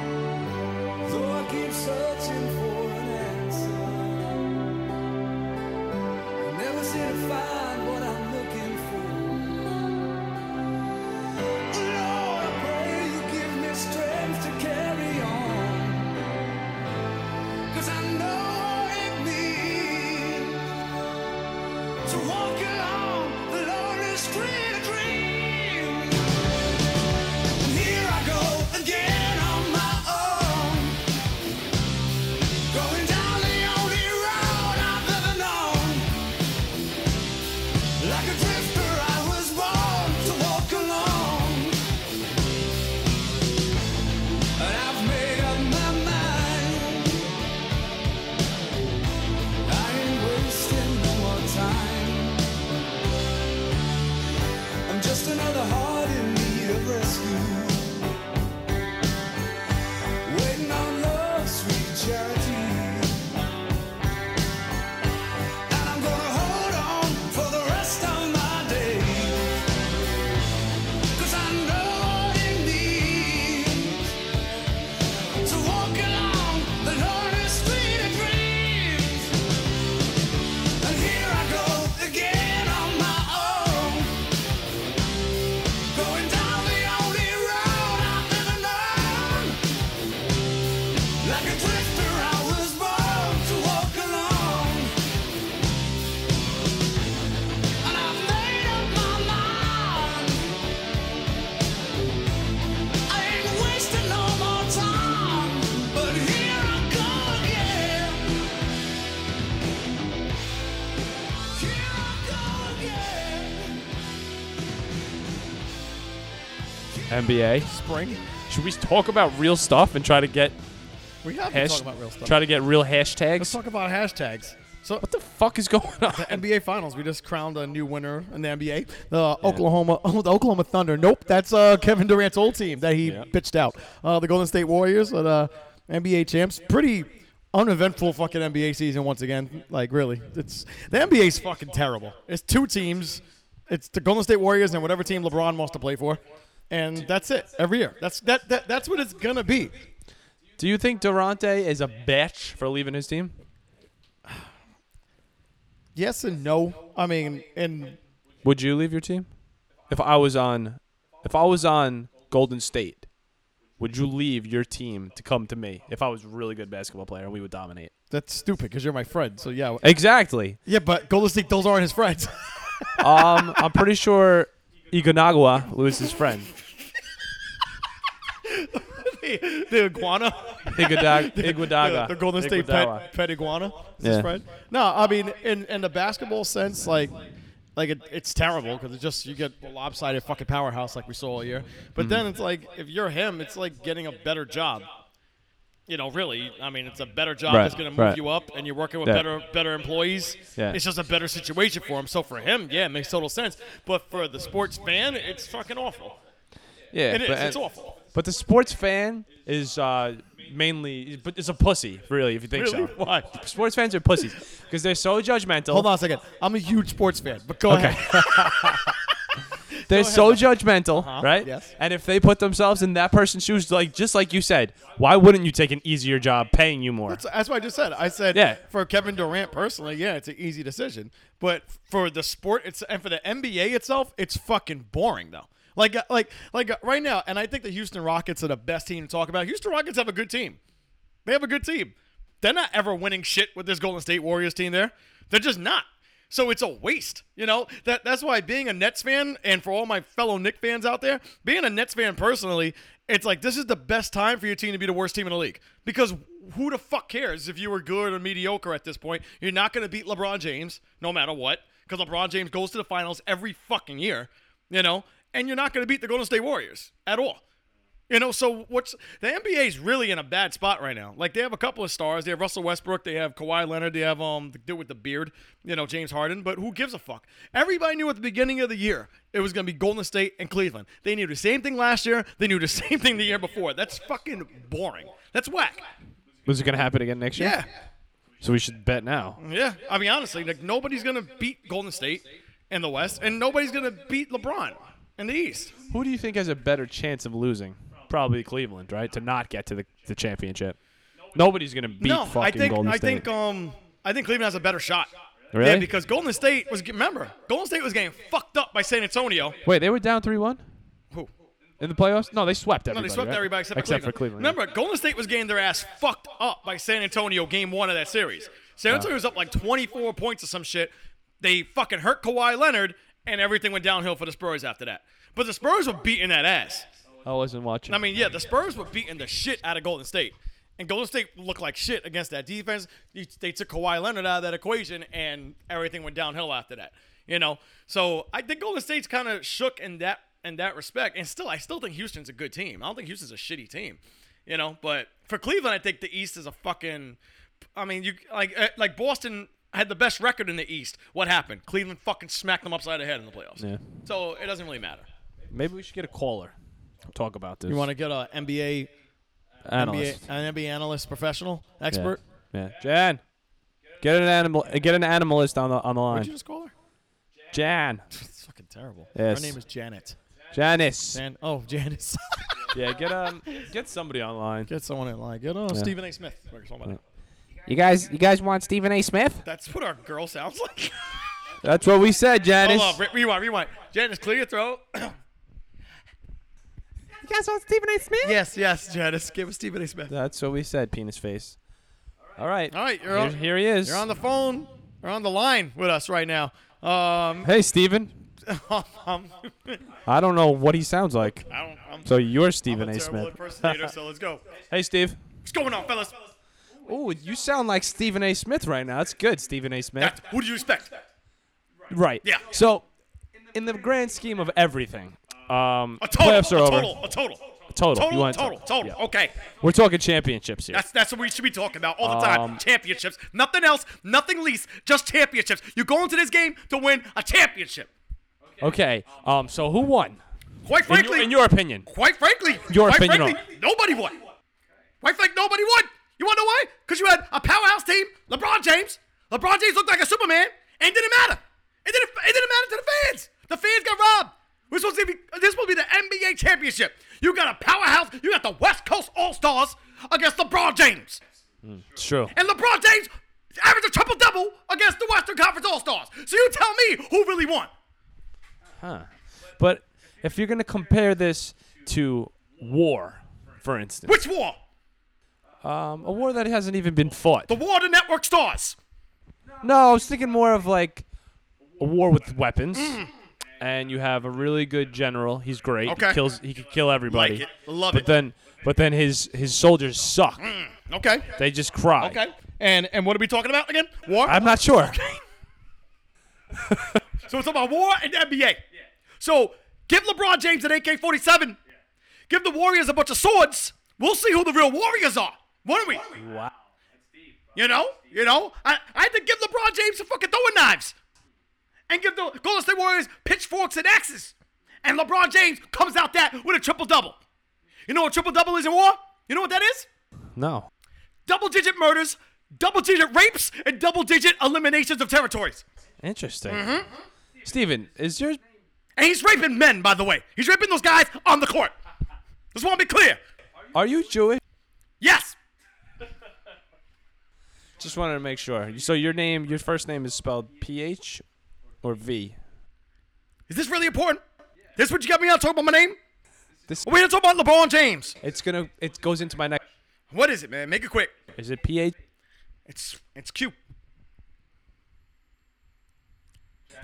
Speaker 6: Though I keep searching for an answer, I never seem to find what I'm looking for. Lord, I pray you give me strength to carry on. 'Cause I know it means to walk along the lonely street of dreams. Here I go again on my own, going down the only road I've ever known. Like a drifter, I was born to walk alone, and I've made up my mind. I ain't wasting no more time. I'm just another heart in need of rescue. Waiting on love, sweet charity. And I'm gonna hold on for the rest of my days. 'Cause I know it means to walk along the lonely street of dreams. And here I go again on my own. Going down the only road I've ever known. Like a drifter, I was born to walk alone. And I've made up my mind. I ain't wasting no more time. But here I go again. Here I go again.
Speaker 3: NBA.
Speaker 5: Spring.
Speaker 3: Should we talk about real stuff and try to get
Speaker 5: We have been
Speaker 3: hash-
Speaker 5: talking about real stuff.
Speaker 3: try to get real hashtags?
Speaker 5: Let's talk about hashtags. So
Speaker 3: what the fuck is going on?
Speaker 5: NBA Finals. We just crowned a new winner in the NBA. The Oklahoma, *laughs* oh, the Oklahoma Thunder. Nope, that's uh, Kevin Durant's old team that he
Speaker 3: Yeah.
Speaker 5: bitched out. Uh, the Golden State Warriors uh, are the NBA champs. Pretty uneventful fucking NBA season once again. Like really, it's the NBA's fucking terrible. It's two teams. It's the Golden State Warriors and whatever team LeBron wants to play for, and that's it every year. That's that, that that's what it's gonna be.
Speaker 3: Do you think Durante is a bitch for leaving his team?
Speaker 5: Yes and no. I mean, and
Speaker 3: Would you leave your team? If I was on if I was on Golden State, would you leave your team to come to me if I was a really good basketball player and we would dominate?
Speaker 5: that's stupid because you're my friend. So yeah,
Speaker 3: Exactly.
Speaker 5: yeah. But Golden State, those aren't his friends. *laughs*
Speaker 3: Um, I'm pretty sure Igonagwa was his friend.
Speaker 5: the iguana,
Speaker 3: Iguodala. Iguodala.
Speaker 5: *laughs* the Golden State
Speaker 3: Iguodala.
Speaker 5: pet, pet iguana. Is
Speaker 3: Yeah.
Speaker 5: his friend? No, I mean in in the basketball sense, like. Like it, it's terrible because it's just you get a lopsided fucking powerhouse like we saw all year. But
Speaker 3: Mm-hmm.
Speaker 5: then it's like if you're him, it's like getting a better job. You know, really, I mean, it's a better job
Speaker 3: Right,
Speaker 5: that's going to move
Speaker 3: right.
Speaker 5: you up, and you're working with
Speaker 3: Yeah.
Speaker 5: better better employees.
Speaker 3: Yeah.
Speaker 5: It's just a better situation for him. So for him, yeah, it makes total sense. But for the sports fan, it's fucking awful.
Speaker 3: Yeah,
Speaker 5: It is.
Speaker 3: but-
Speaker 5: It's awful.
Speaker 3: But the sports fan is uh, mainly, but it's a pussy, really, if you think
Speaker 5: Really?
Speaker 3: so.
Speaker 5: *laughs* Why?
Speaker 3: Sports fans are pussies because they're so judgmental.
Speaker 5: Hold on a second. I'm a huge sports fan, but go
Speaker 3: Okay.
Speaker 5: ahead.
Speaker 3: They're so judgmental,
Speaker 2: Uh-huh.
Speaker 3: right?
Speaker 5: yes.
Speaker 3: And if they put themselves in that person's shoes, like just like you said, why wouldn't you take an easier job paying you more?
Speaker 5: That's, that's what I just said. I said
Speaker 3: Yeah.
Speaker 5: for Kevin Durant personally, yeah, it's an easy decision. But for the sport, it's and for the NBA itself, it's fucking boring though. Like uh, like like uh, right now, and I think the Houston Rockets are the best team to talk about. Houston Rockets have a good team. They have a good team. They're not ever winning shit with this Golden State Warriors team there. They're just not. So it's a waste, you know. That that's why being a Nets fan, and for all my fellow Nick fans out there, being a Nets fan personally, it's like this is the best time for your team to be the worst team in the league because who the fuck cares if you were good or mediocre at this point? You're not going to beat LeBron James no matter what because LeBron James goes to the finals every fucking year, you know, and you're not going to beat the Golden State Warriors at all. Yeah.
Speaker 2: You know, so what's the NBA's really in a bad spot right now. Like they have a couple of stars. They have Russell Westbrook. They have Kawhi Leonard. They have um the dude with the beard. You know, James Harden. But who gives a fuck? Everybody knew at the beginning of the year it was gonna be Golden State and Cleveland. They knew the same thing last year. They knew the same thing the year before. That's fucking boring. That's whack.
Speaker 3: Was it going to happen again next year?
Speaker 2: Yeah,
Speaker 3: So we should bet now.
Speaker 2: yeah. I mean, honestly, like nobody's gonna beat Golden State in the West, and nobody's gonna beat LeBron in the East.
Speaker 3: Who do you think has a better chance of losing? Probably Cleveland, right? To not get to the, the championship. Nobody's going to beat
Speaker 2: no,
Speaker 3: fucking
Speaker 2: I think
Speaker 3: Golden
Speaker 2: I
Speaker 3: State.
Speaker 2: think um I think Cleveland has a better shot.
Speaker 3: Really?
Speaker 2: Yeah, because Golden State was remember Golden State was getting fucked up by San Antonio.
Speaker 3: Wait, they were down 3 1
Speaker 2: Who?
Speaker 3: in the playoffs? No, they swept
Speaker 2: No,
Speaker 3: everybody.
Speaker 2: they swept
Speaker 3: right?
Speaker 2: everybody except,
Speaker 3: for Cleveland.
Speaker 2: Remember, Golden State was getting their ass fucked up by San Antonio game one of that series. San Antonio was up like 24 points or some shit. They fucking hurt Kawhi Leonard, and everything went downhill for the Spurs after that. But the Spurs were beating that ass.
Speaker 3: I wasn't watching.
Speaker 2: I mean, yeah, the Spurs were beating the shit out of Golden State. And Golden State looked like shit against that defense. They- They took Kawhi Leonard out of that equation, and everything went downhill after that. You know, so I think Golden State's kind of shook in that in that respect. And still, I still think Houston's a good team. I don't think Houston's a shitty team. You know, but for Cleveland, I think the East is a fucking. I mean, you like eh, like Boston had the best record in the East. What happened? Cleveland fucking smacked them upside the head in the playoffs.
Speaker 3: Yeah.
Speaker 2: So it doesn't really matter.
Speaker 3: Maybe we should get a caller. Talk about this.
Speaker 5: You want to get a NBA, NBA
Speaker 3: analyst?
Speaker 5: an NBA analyst, professional,
Speaker 3: Yeah.
Speaker 5: expert?
Speaker 3: Yeah. Jan, get an animal. uh, Get an animalist on the on the
Speaker 5: What'd you
Speaker 3: line.
Speaker 5: just call her?
Speaker 3: Jan,
Speaker 5: It's fucking terrible.
Speaker 3: Yes.
Speaker 5: Her name is Janet.
Speaker 3: Janice.
Speaker 5: Jan- oh, *laughs* Janice.
Speaker 3: Yeah. Get um. Get somebody online.
Speaker 5: Get someone in line. Get on Stephen A. Smith or somebody.
Speaker 3: You guys. You guys want Stephen A. Smith?
Speaker 2: That's what our girl sounds *laughs* like.
Speaker 3: That's what we said, Janice.
Speaker 2: Hold on, re- rewind, rewind. Janice, clear your throat.
Speaker 3: You guys want Stephen A. Smith?
Speaker 2: *laughs* yes, yes, Janice. Give us Stephen A. Smith.
Speaker 3: That's what we said, penis face. All right.
Speaker 2: All right, you're
Speaker 3: Here,
Speaker 2: on,
Speaker 3: here he is.
Speaker 2: you're on the phone. You're on the line with us right now. Um, *laughs*
Speaker 3: hey, Stephen.
Speaker 2: I'm,
Speaker 3: I don't know what he sounds like.
Speaker 2: I don't, I'm,
Speaker 3: So you're
Speaker 2: I'm a
Speaker 3: Stephen A.
Speaker 2: terrible
Speaker 3: Smith.
Speaker 2: impersonator, so let's *laughs* go.
Speaker 3: *laughs* Hey, Steve.
Speaker 2: What's going on, fellas?
Speaker 3: Oh, you sound like Stephen A. Smith right now. That's good, Stephen A. Smith.
Speaker 2: Who do you expect?
Speaker 3: Right.
Speaker 2: Yeah.
Speaker 3: So, in the grand scheme of everything, um,
Speaker 2: A total,
Speaker 3: playoffs are
Speaker 2: a
Speaker 3: over.
Speaker 2: total, a total.
Speaker 3: Total. You
Speaker 2: Total,
Speaker 3: want
Speaker 2: total, total.
Speaker 3: yeah.
Speaker 2: Okay,
Speaker 3: We're talking championships here.
Speaker 2: that's that's what we should be talking about all the time.
Speaker 3: Um,
Speaker 2: championships, nothing else, nothing least, just championships. You go into this game to win a championship.
Speaker 3: okay. Um. So who won?
Speaker 2: Quite
Speaker 3: In your,
Speaker 2: frankly,
Speaker 3: in your opinion.
Speaker 2: Quite frankly,
Speaker 3: Your
Speaker 2: quite
Speaker 3: opinion
Speaker 2: frankly, nobody won. Quite frankly, nobody won. You want to know why? Because you had a powerhouse team, LeBron James. LeBron James looked like a Superman, and it didn't matter. It didn't, it didn't matter to the fans. The fans got robbed. We're supposed to be, this is supposed to be the NBA championship. You got a powerhouse. You got the West Coast All Stars against LeBron James.
Speaker 3: It's true.
Speaker 2: And LeBron James averaged a triple double against the Western Conference All Stars. So you tell me who really won.
Speaker 3: Huh. But if you're gonna compare this to war, for instance,
Speaker 2: Which war?
Speaker 3: um, a war that hasn't even been fought.
Speaker 2: The war of the network stars.
Speaker 3: No, I was thinking more of like a war with weapons.
Speaker 2: Mm.
Speaker 3: And you have a really good general. He's great.
Speaker 2: Okay.
Speaker 3: He kills. He could kill everybody.
Speaker 2: Like it. Love
Speaker 3: but
Speaker 2: it.
Speaker 3: then, but then his his soldiers suck.
Speaker 2: Okay.
Speaker 3: They just cry.
Speaker 2: Okay. And and what are we talking about again? War.
Speaker 3: I'm not sure.
Speaker 2: so it's about war and NBA. So give LeBron James an AK-47. Give the Warriors a bunch of swords. We'll see who the real Warriors are. Won't we?
Speaker 3: Wow.
Speaker 2: You know. You know. I I had to give LeBron James some fucking throwing knives, and give the Golden State Warriors pitchforks and axes. And LeBron James comes out that with a triple double. You know what triple double is in war? You know what that is?
Speaker 3: *laughs* No.
Speaker 2: Double digit murders, double digit rapes, and double digit eliminations of territories.
Speaker 3: Interesting.
Speaker 2: Mm-hmm.
Speaker 3: Steven, is your
Speaker 2: And he's raping men, by the way. He's raping those guys on the court. Just want to be clear.
Speaker 3: are you Jewish?
Speaker 2: Yes.
Speaker 3: Just wanted to make sure. So your name, your first name is spelled P H or V.
Speaker 2: Is this really important? This what you got me out talking about my name?
Speaker 3: This
Speaker 2: Are we gonna talk about LeBron James?
Speaker 3: it's gonna it goes into my next.
Speaker 2: What is it, man? Make it quick.
Speaker 3: Is it P H?
Speaker 2: It's it's cute.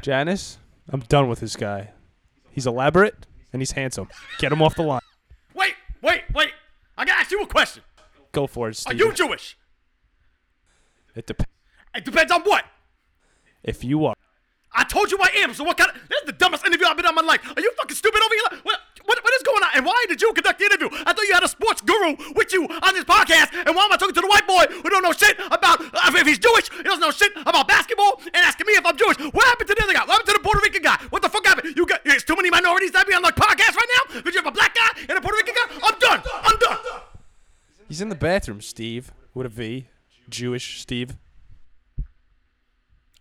Speaker 3: Janice, I'm done with this guy. He's elaborate and he's handsome. Get him off the line.
Speaker 2: Wait, wait, wait. I gotta ask you a question.
Speaker 3: Go for it,
Speaker 2: Are
Speaker 3: Steven.
Speaker 2: you Jewish?
Speaker 3: it depends.
Speaker 2: It depends on what.
Speaker 3: If you are,
Speaker 2: I told you I am. So what kind of? This is the dumbest interview I've been on in my life. Are you fucking stupid over here? What? what, what is going on? And why did you conduct the interview? I thought you had a sports guru with you on this podcast. And why am I talking to the white boy who don't know shit about uh, if he's Jewish? He doesn't know shit about basketball and asking me if I'm Jewish. What happened to the other guy? What happened to the Puerto Rican guy? What the fuck happened? You got there's too many minorities that be on the podcast right now. Because you have a black guy and a Puerto Rican guy. I'm done. I'm done.
Speaker 3: He's in the bathroom, Steve. With a V. Jewish Steve.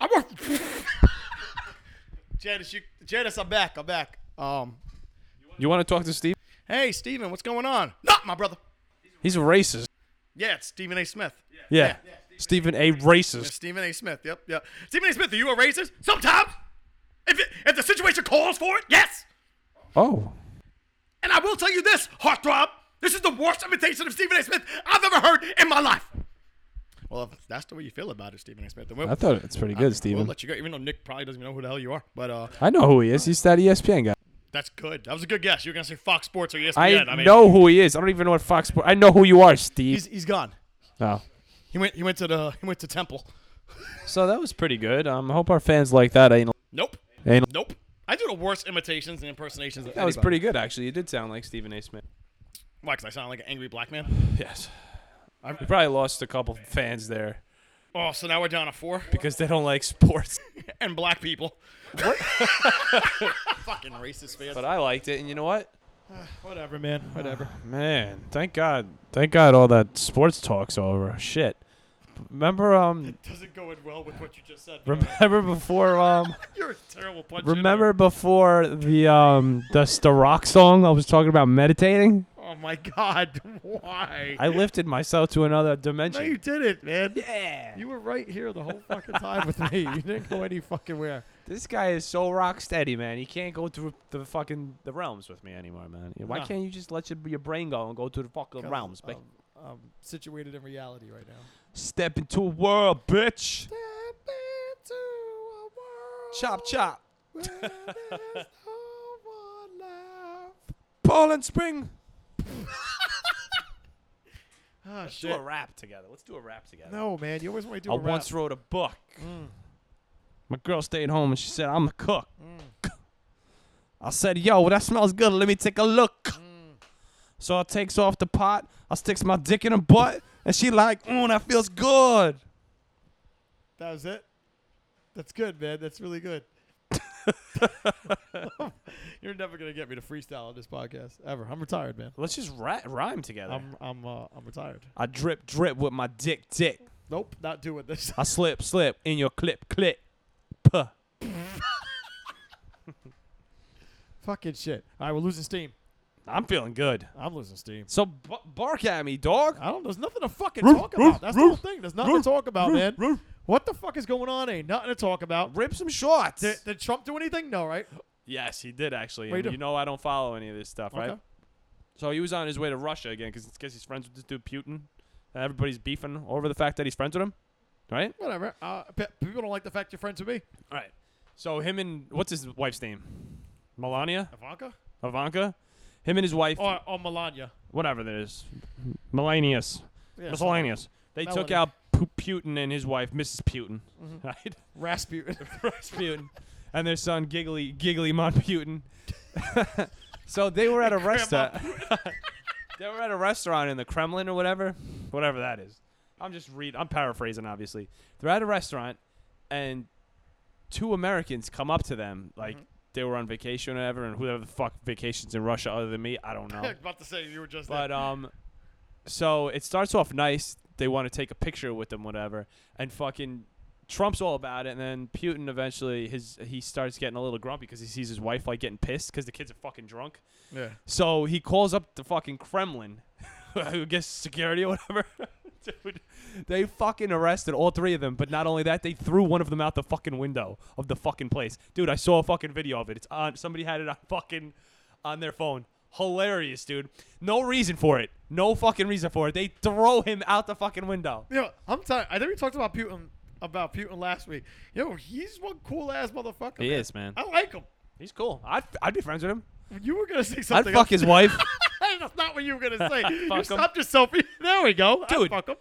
Speaker 2: I work. *laughs* Janice, you, Janice, I'm back. I'm back. Um,
Speaker 3: You want to talk to Steve?
Speaker 2: hey, Steven, what's going on? Not my brother.
Speaker 3: He's a racist.
Speaker 2: Yeah, it's Stephen A. Smith.
Speaker 3: Yeah. Stephen A.
Speaker 2: It's
Speaker 3: Racist.
Speaker 2: Stephen A. Smith. Yep, yep. Stephen A. Smith, are you a racist? Sometimes, if it, if the situation calls for it, yes.
Speaker 3: Oh.
Speaker 2: And I will tell you this, heartthrob, this is the worst imitation of Stephen A. Smith I've ever heard in my life. Well, if that's the way you feel about it, Stephen A. Smith, then we'll,
Speaker 3: I thought it's pretty good,
Speaker 2: we'll
Speaker 3: Steven.
Speaker 2: let you go. Even though Nick probably doesn't even know who the hell you are, but uh,
Speaker 3: I know who he is. He's that E ESPN guy.
Speaker 2: that's good. That was a good guess. You're gonna say Fox Sports or E ESPN.
Speaker 3: I
Speaker 2: I, mean,
Speaker 3: know who he is. I don't even know what Fox Sports. I know who you are, Steve.
Speaker 2: he's he's gone.
Speaker 3: oh.
Speaker 2: He went he went to the he went to Temple.
Speaker 3: So that was pretty good. Um, I hope our fans like that. Ain't
Speaker 2: Nope.
Speaker 3: ain't.
Speaker 2: Nope. I do the worst imitations and impersonations. Of
Speaker 3: That was pretty good, actually. You did sound like Stephen A. Smith.
Speaker 2: Why? Because I sound like an angry black man.
Speaker 3: Yes. We probably lost a couple fans there
Speaker 2: Oh, so now we're down to four. *laughs*
Speaker 3: because they don't like sports. *laughs*
Speaker 2: And black people. Fucking racist fans.
Speaker 3: But I liked it, and you know what?
Speaker 5: Whatever, man. Whatever.
Speaker 3: Man, thank God, thank God, all that sports talk's over. Shit.
Speaker 2: *laughs*
Speaker 3: Remember, um,
Speaker 2: Doesn't go in well with what you just said.
Speaker 3: remember before, um,
Speaker 2: You're a terrible punch.
Speaker 3: remember before the um the, the rock song I was talking about meditating.
Speaker 2: Oh my god, *laughs* why?
Speaker 3: I lifted myself to another
Speaker 2: no, you
Speaker 3: dimension.
Speaker 2: did it, man.
Speaker 3: Yeah.
Speaker 2: You were right here the whole fucking time with
Speaker 5: hey, you didn't go any fucking where.
Speaker 3: This guy is so rock steady, man. He can't go through the fucking the realms with me anymore, man. Why
Speaker 5: No.
Speaker 3: can't you just let your, your brain go and go to the fucking realms,
Speaker 5: I'm,
Speaker 3: bitch?
Speaker 5: I'm situated in reality right now.
Speaker 3: Step into a world, bitch. Chop chop.
Speaker 2: *laughs*
Speaker 3: Poland Spring.
Speaker 5: Ah,
Speaker 3: Do a
Speaker 5: shit.
Speaker 3: rap together. Let's do a rap together.
Speaker 5: No, man. You always
Speaker 2: Oh,
Speaker 5: want to do
Speaker 3: I
Speaker 5: a rap.
Speaker 3: once wrote a book. Mm. My girl stayed home and she said, I'm the cook. Mm. I said, Yo, that smells good. Let me take a look. Mm. So I takes off the pot. I sticks my dick in her butt. And she like, mm, that feels good.
Speaker 5: That was it. That's good, man. That's really good. *laughs* You're never gonna get me to freestyle on this podcast ever. I'm retired, man.
Speaker 3: Let's just ra- rhyme together.
Speaker 5: I'm I'm uh, I'm retired.
Speaker 3: I drip, drip with my dick, dick.
Speaker 5: Nope, not doing this.
Speaker 3: I slip, slip in your clip, clip. Puh.
Speaker 5: fucking shit. All right, we're losing steam.
Speaker 3: I'm feeling good. Uh,
Speaker 5: I'm losing steam.
Speaker 3: So b- bark at me, dog.
Speaker 5: I don't. There's nothing to fucking talk about. That's the whole thing. There's nothing to talk about, man. What the fuck is going on? Ain't nothing to talk about.
Speaker 3: Rip some shots.
Speaker 5: Did, did Trump do anything? No, right?
Speaker 3: Yes, he did actually.
Speaker 5: Wait
Speaker 3: And
Speaker 5: a-
Speaker 3: you know I don't follow any of this stuff, right?
Speaker 5: Okay.
Speaker 3: So he was on his way to Russia again because he's friends with this dude Putin, and everybody's beefing over the fact that he's friends with him, right?
Speaker 5: Whatever. Uh, pe- people don't like the fact you're friends with me.
Speaker 3: All right. So him and what's his wife's name? Melania,
Speaker 5: Ivanka
Speaker 3: Ivanka, him and his wife,
Speaker 5: or, or Melania.
Speaker 3: whatever that is, Melanius,
Speaker 5: Yeah,
Speaker 3: Miscellaneous. They took
Speaker 5: Melanie.
Speaker 3: out Pu- Putin and his wife, Mrs. Putin,
Speaker 2: Mm-hmm.
Speaker 3: right? *laughs*
Speaker 5: Rasputin.
Speaker 3: Rasputin and their son Giggly Giggly Monputin. *laughs* so they were
Speaker 2: *laughs*
Speaker 3: at a restaurant. *laughs* they were at a restaurant in the Kremlin or whatever, whatever that is. I'm just read. I'm paraphrasing, obviously. They're at a restaurant, and two Americans come up to them
Speaker 2: Mm-hmm.
Speaker 3: like they were on vacation or whatever, and whoever the fuck vacations in Russia other than me,
Speaker 2: *laughs*
Speaker 3: I don't know.
Speaker 2: about to say you were just
Speaker 3: But um, so it starts off nice. They want to take a picture with them, whatever, and fucking Trump's all about it. And then Putin eventually his he starts getting a little grumpy because he sees his wife like getting pissed because the kids are fucking drunk.
Speaker 5: yeah.
Speaker 3: So he calls up the fucking Kremlin, *laughs* who gets security or whatever. *laughs* Dude, they fucking arrested all three of them. But not only that, they threw one of them out the fucking window of the fucking place. Dude, I saw a fucking video of it. It's on. Somebody had it on fucking on their phone. Hilarious, dude. No reason for it. No fucking reason for it. They throw him out the fucking window.
Speaker 5: You know, I'm tired. I think we talked about Putin about Putin last week. Yo, he's one cool ass motherfucker.
Speaker 3: He
Speaker 5: man.
Speaker 3: is, man.
Speaker 5: I like him.
Speaker 3: He's cool. I'd, I'd be friends with him.
Speaker 5: You were gonna say
Speaker 3: I'd
Speaker 5: something.
Speaker 3: fuck
Speaker 5: else.
Speaker 2: *laughs*
Speaker 3: his wife.
Speaker 5: *laughs* That's not what you were
Speaker 3: *laughs*
Speaker 5: gonna say. you
Speaker 3: him.
Speaker 5: stopped yourself. there we go. I'd
Speaker 3: Dude.
Speaker 5: fuck him.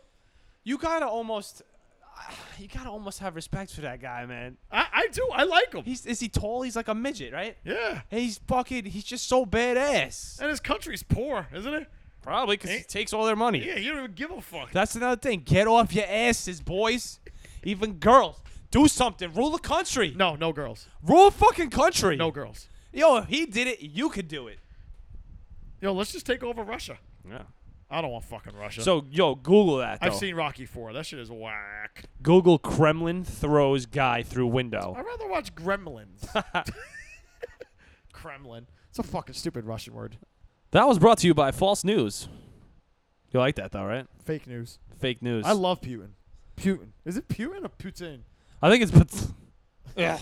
Speaker 3: You gotta almost. *sighs* you gotta almost have respect for that guy, man.
Speaker 2: I, I do. I like him.
Speaker 3: He's is he tall? He's like a midget, right?
Speaker 2: yeah.
Speaker 3: And he's fucking. He's just so badass.
Speaker 2: And his country's poor, isn't it?
Speaker 3: Probably because he
Speaker 2: Ain't-
Speaker 3: takes all their money.
Speaker 2: Yeah, you don't even give a fuck.
Speaker 3: That's another thing. Get off your asses, boys. Even girls. Do something. Rule the country.
Speaker 2: No, no girls.
Speaker 3: Rule a fucking country.
Speaker 2: No girls.
Speaker 3: Yo, if he did it, you could do it.
Speaker 2: Yo, let's just take over Russia.
Speaker 3: Yeah.
Speaker 2: I don't want fucking Russia.
Speaker 3: So, yo, Google that.
Speaker 2: I've
Speaker 3: though.
Speaker 2: seen Rocky Four. That shit is whack.
Speaker 3: Google Kremlin throws guy through window.
Speaker 2: I'd rather watch
Speaker 3: *laughs*
Speaker 2: Gremlins. *laughs* Kremlin. It's a fucking stupid Russian word.
Speaker 3: That was brought to you by False News. You like that though, right?
Speaker 2: Fake news.
Speaker 3: Fake news.
Speaker 2: I love Putin. Putin. Is it Putin or Putin?
Speaker 3: I think it's.
Speaker 2: Yeah.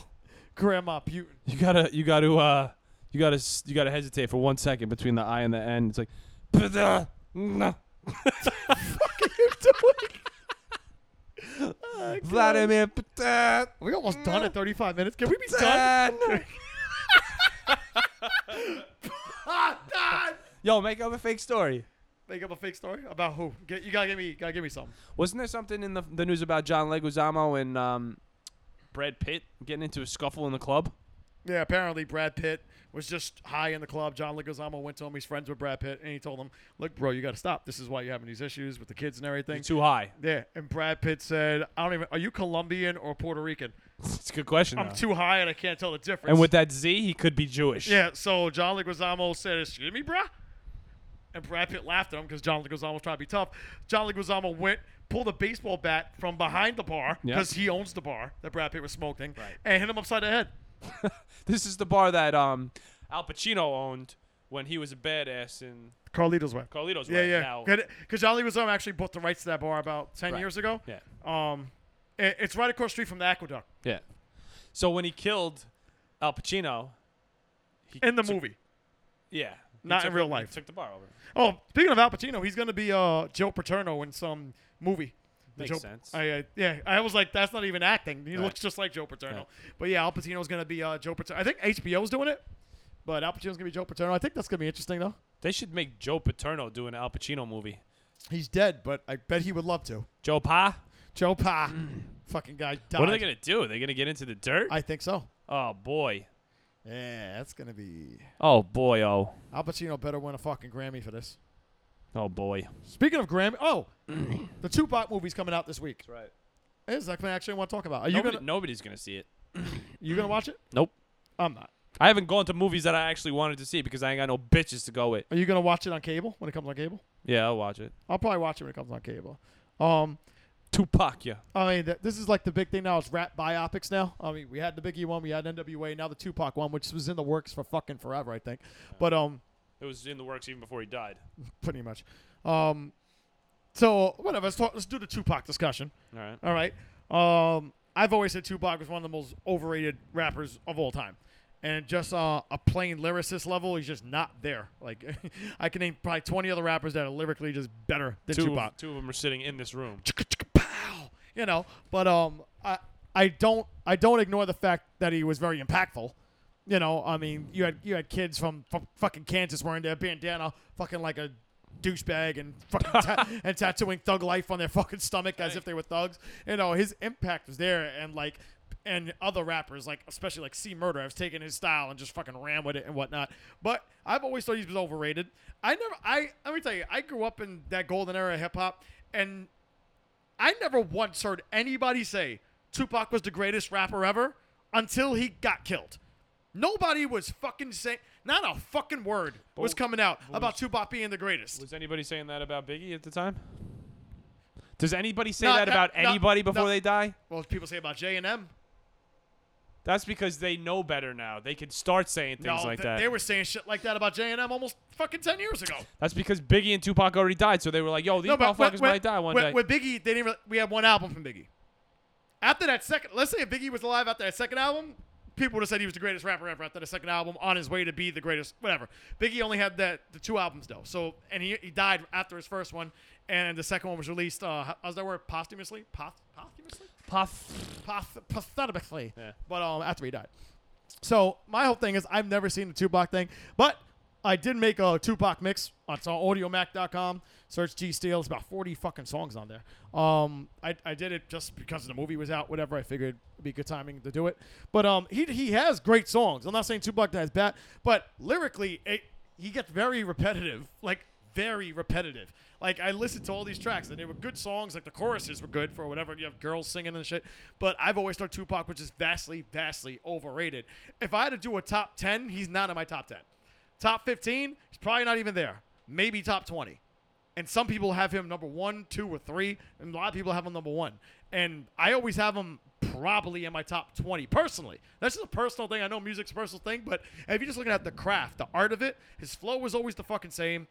Speaker 2: Grandma Putin.
Speaker 3: *laughs* You gotta, you gotta, uh, you gotta, s- you gotta hesitate for one second between the I and the N. *laughs* It's like, "Pda- nah." Vladimir Putin.
Speaker 2: We almost done at 35 minutes. *laughs* Can we be Mm. done?
Speaker 3: Putin. Yo, make up a fake story.
Speaker 2: Make up a fake story about who? Get, you gotta give me, gotta give me something.
Speaker 3: Wasn't there something in the the news about John Leguizamo and um, Brad Pitt getting into a scuffle in the club?
Speaker 2: Yeah, apparently Brad Pitt was just high in the club. John Leguizamo went to him. He's friends with Brad Pitt, and he told him, "Look, bro, you got to stop. This is why you're having these issues with the kids and everything."
Speaker 3: Too high.
Speaker 2: yeah, and Brad Pitt said, "I don't even. Are you Colombian or Puerto Rican?
Speaker 3: *laughs* It's a good question.
Speaker 2: I'm
Speaker 3: though.
Speaker 2: too high, and I can't tell the difference."
Speaker 3: Uh. and with that Z, he could be Jewish.
Speaker 2: yeah, so John Leguizamo said, "Excuse me, bruh," and Brad Pitt laughed at him because John Leguizamo was trying to be tough. John Leguizamo went. Pulled a baseball bat from behind the bar
Speaker 3: Yeah.
Speaker 2: because he owns the bar that Brad Pitt was smoking, and hit him upside the head.
Speaker 3: This is the bar that um, Al Pacino owned when he was a badass in
Speaker 2: Carlito's way.
Speaker 3: Carlito's
Speaker 2: Yeah,
Speaker 3: Way.
Speaker 2: yeah.
Speaker 3: Now,
Speaker 2: Because Jolly Rizzo actually bought the rights to that bar about 10
Speaker 3: Right.
Speaker 2: years ago.
Speaker 3: yeah,
Speaker 2: Um, it, it's right across the street from the aqueduct
Speaker 3: yeah. So when he killed Al Pacino, he
Speaker 2: in the
Speaker 3: took-
Speaker 2: movie.
Speaker 3: yeah, he
Speaker 2: Not in
Speaker 3: took-
Speaker 2: real
Speaker 3: he
Speaker 2: life.
Speaker 3: took the bar over.
Speaker 2: Oh, speaking of Al Pacino, he's going to be uh, Joe Paterno in some movie. The
Speaker 3: Makes
Speaker 2: Joe,
Speaker 3: sense.
Speaker 2: I, I, yeah, I was like, that's not even acting. He
Speaker 3: Right.
Speaker 2: looks just like Joe Paterno.
Speaker 3: Right.
Speaker 2: But yeah, Al Pacino's going to be uh, Joe Paterno. I think HBO's doing it, but Al Pacino's going to be Joe Paterno. I think that's going to be interesting, though.
Speaker 3: They should make Joe Paterno do an Al Pacino movie.
Speaker 2: He's dead, but I bet he would love to.
Speaker 3: Joe Pa.
Speaker 2: Joe Pa. Fucking guy died.
Speaker 3: Mm. What are they gonna do? Are they gonna get into the dirt?
Speaker 2: I think so.
Speaker 3: oh boy.
Speaker 2: Yeah, that's going to be.
Speaker 3: Oh boy. Oh.
Speaker 2: Al Pacino better win a fucking Grammy for this.
Speaker 3: Oh boy.
Speaker 2: Speaking of Grammy,
Speaker 3: *clears throat*
Speaker 2: oh, the Tupac movie's coming out this week.
Speaker 3: Right.
Speaker 2: Is that what I actually want to talk about? Are you
Speaker 3: Nobody,
Speaker 2: gonna
Speaker 3: nobody's gonna see it.
Speaker 2: you gonna watch it?
Speaker 3: Nope.
Speaker 2: I'm not.
Speaker 3: I haven't gone to movies that I actually wanted to see because I ain't got no bitches to go with.
Speaker 2: Are you gonna watch it on cable when it comes on cable?
Speaker 3: Yeah, I'll watch it.
Speaker 2: I'll probably watch it when it comes on cable. Um,
Speaker 3: Tupac, yeah.
Speaker 2: I mean, th- this is like the big thing now is rap biopics now. I mean, we had the Biggie one, we had NWA, now the Tupac one, which was in the works for fucking forever, I think. But um,
Speaker 3: It was in the works even before he died.
Speaker 2: pretty much. Um, so whatever. Let's talk, let's do the Tupac discussion.
Speaker 3: All right.
Speaker 2: All right. Um, I've always said Tupac was one of the most overrated rappers of all time. And just uh, a plain lyricist level, he's just not there. Like, *laughs* I can name probably 20 other rappers that are lyrically just better than
Speaker 3: Two
Speaker 2: Tupac.
Speaker 3: of, two of them are sitting in this room.
Speaker 2: Pow! You know, but um, I I don't I don't ignore the fact that he was very impactful. You know, I mean, you had you had kids from, from fucking Kansas wearing their bandana, fucking like a douchebag, and fucking ta- and tattooing thug life on their fucking stomach as if they were thugs. You know, his impact was there, and like. And other rappers, like especially like C Murder, have taken his style and just fucking ran with it and whatnot. But I've always thought he was overrated. I never, I let me tell you, I grew up in that golden era of hip hop, and I never once heard anybody say Tupac was the greatest rapper ever until he got killed. Nobody was fucking saying, not a fucking word was coming out about Tupac being the greatest.
Speaker 3: Was anybody saying that about Biggie at the time? Does anybody say
Speaker 2: No,
Speaker 3: that
Speaker 2: no,
Speaker 3: about
Speaker 2: no,
Speaker 3: anybody before
Speaker 2: no.
Speaker 3: they die?
Speaker 2: well, people say about J and M.
Speaker 3: That's because they know better now. They can start saying
Speaker 2: No,
Speaker 3: things like
Speaker 2: th-
Speaker 3: that.
Speaker 2: they were saying shit like that about J and M almost fucking ten years ago.
Speaker 3: That's because Biggie and Tupac already died, so they were like, "Yo, these motherfuckers might die one
Speaker 2: with,
Speaker 3: day."
Speaker 2: With Biggie, they didn't. Really, we had one album from Biggie. After that second, let's say if Biggie was alive after that second album, people would have said he was the greatest rapper ever after the second album, on his way to be the greatest, whatever. Biggie only had that the two albums though, so and he, he died after his first one, and the second one was released. Uh, how- how's that word? Posthumously? Poth, posthumously?
Speaker 3: Puff.
Speaker 2: Poth, pathetically.
Speaker 3: Yeah.
Speaker 2: But um, after he died. So my whole thing is I've never seen the Tupac thing, but I did make a Tupac mix. It's on AudioMac.com. Search G Steel. It's about 40 fucking songs on there. Um, I, I did it just because the movie was out, whatever. I figured it'd be good timing to do it. But um, he, he has great songs. I'm not saying Two Block Nine is bad, but lyrically, it, he gets very repetitive. Like, very repetitive. Like I listened to all these tracks, and they were *laughs* good songs. Like the choruses were good for whatever. You have girls singing and shit. But I've always thought Tupac was just vastly, vastly overrated. If I had to do a top ten, he's not in my top ten. Top fifteen, he's probably not even there. Maybe top twenty. And some people have him number one, two, or three, and a lot of people have him number one. And I always have him probably in my top 20 personally. That's just a personal thing. I know music's a personal thing, but if you're just looking at the craft, the art of it, his flow was always the fucking same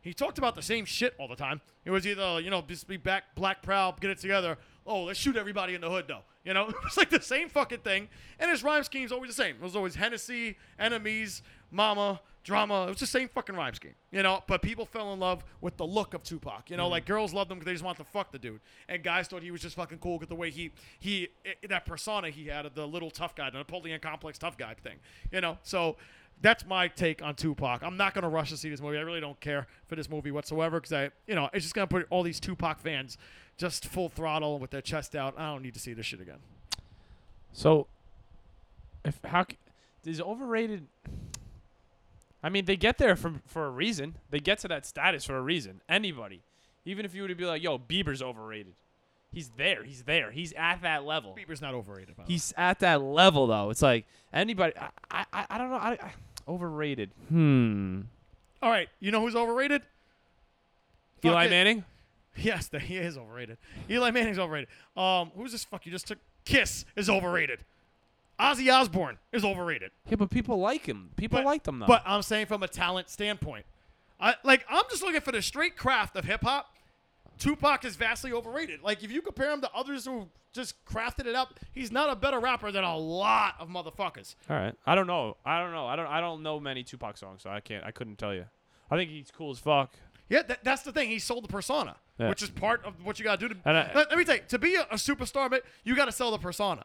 Speaker 2: he talked about the same shit all the time. It was either, you know, just be back, black proud, get it together. Oh, let's shoot everybody in the hood, though. You know, *laughs* it's like the same fucking thing. And his rhyme scheme's always the same. It was always Hennessy, enemies, mama, drama. It was the same fucking rhyme scheme, you know. But people fell in love with the look of Tupac. You know, like girls loved him because they just wanted to fuck the dude, and guys thought he was just fucking cool because the way he he i- that persona he had of the little tough guy, the Napoleon complex tough guy thing. You know, so. That's my take on Tupac. I'm not gonna rush to see this movie. I really don't care for this movie whatsoever because I, you know, it's just gonna put all these Tupac fans just full throttle with their chest out. I don't need to see this shit again.
Speaker 3: So, if how c- does overrated? I mean, they get there from for a reason. They get to that status for a reason. Anybody, even if you were to be like, "Yo, Bieber's overrated," he's there. He's there. He's at that level.
Speaker 2: Bieber's not overrated. By the
Speaker 3: He's at that level though. It's like anybody. I I, I- I don't know. I, I overrated. Hmm.
Speaker 2: way. all right. You know who's overrated? *laughs*
Speaker 3: Eli
Speaker 2: Fucking-
Speaker 3: Manning.
Speaker 2: Yes, the, he is overrated. Eli Manning's overrated. Um, who's this fuck you just took? Kiss is overrated. Ozzy Osbourne is overrated.
Speaker 3: Yeah, but people like him. People like them though.
Speaker 2: But I'm saying from a talent standpoint, I like I'm just looking for the straight craft of hip hop. Tupac is vastly overrated. Like if you compare him to others who just crafted it up, he's not a better rapper than a lot of motherfuckers.
Speaker 3: all right. I don't know. I don't know. I don't. I don't know many Tupac songs, so I can't. I couldn't tell you. I think he's cool as fuck.
Speaker 2: Yeah, that, that's the thing. He sold the persona,
Speaker 3: Yeah.
Speaker 2: which is part of what you got to do. To
Speaker 3: And I-
Speaker 2: let, let me tell you, to be a, a superstar, man, you got to sell the persona.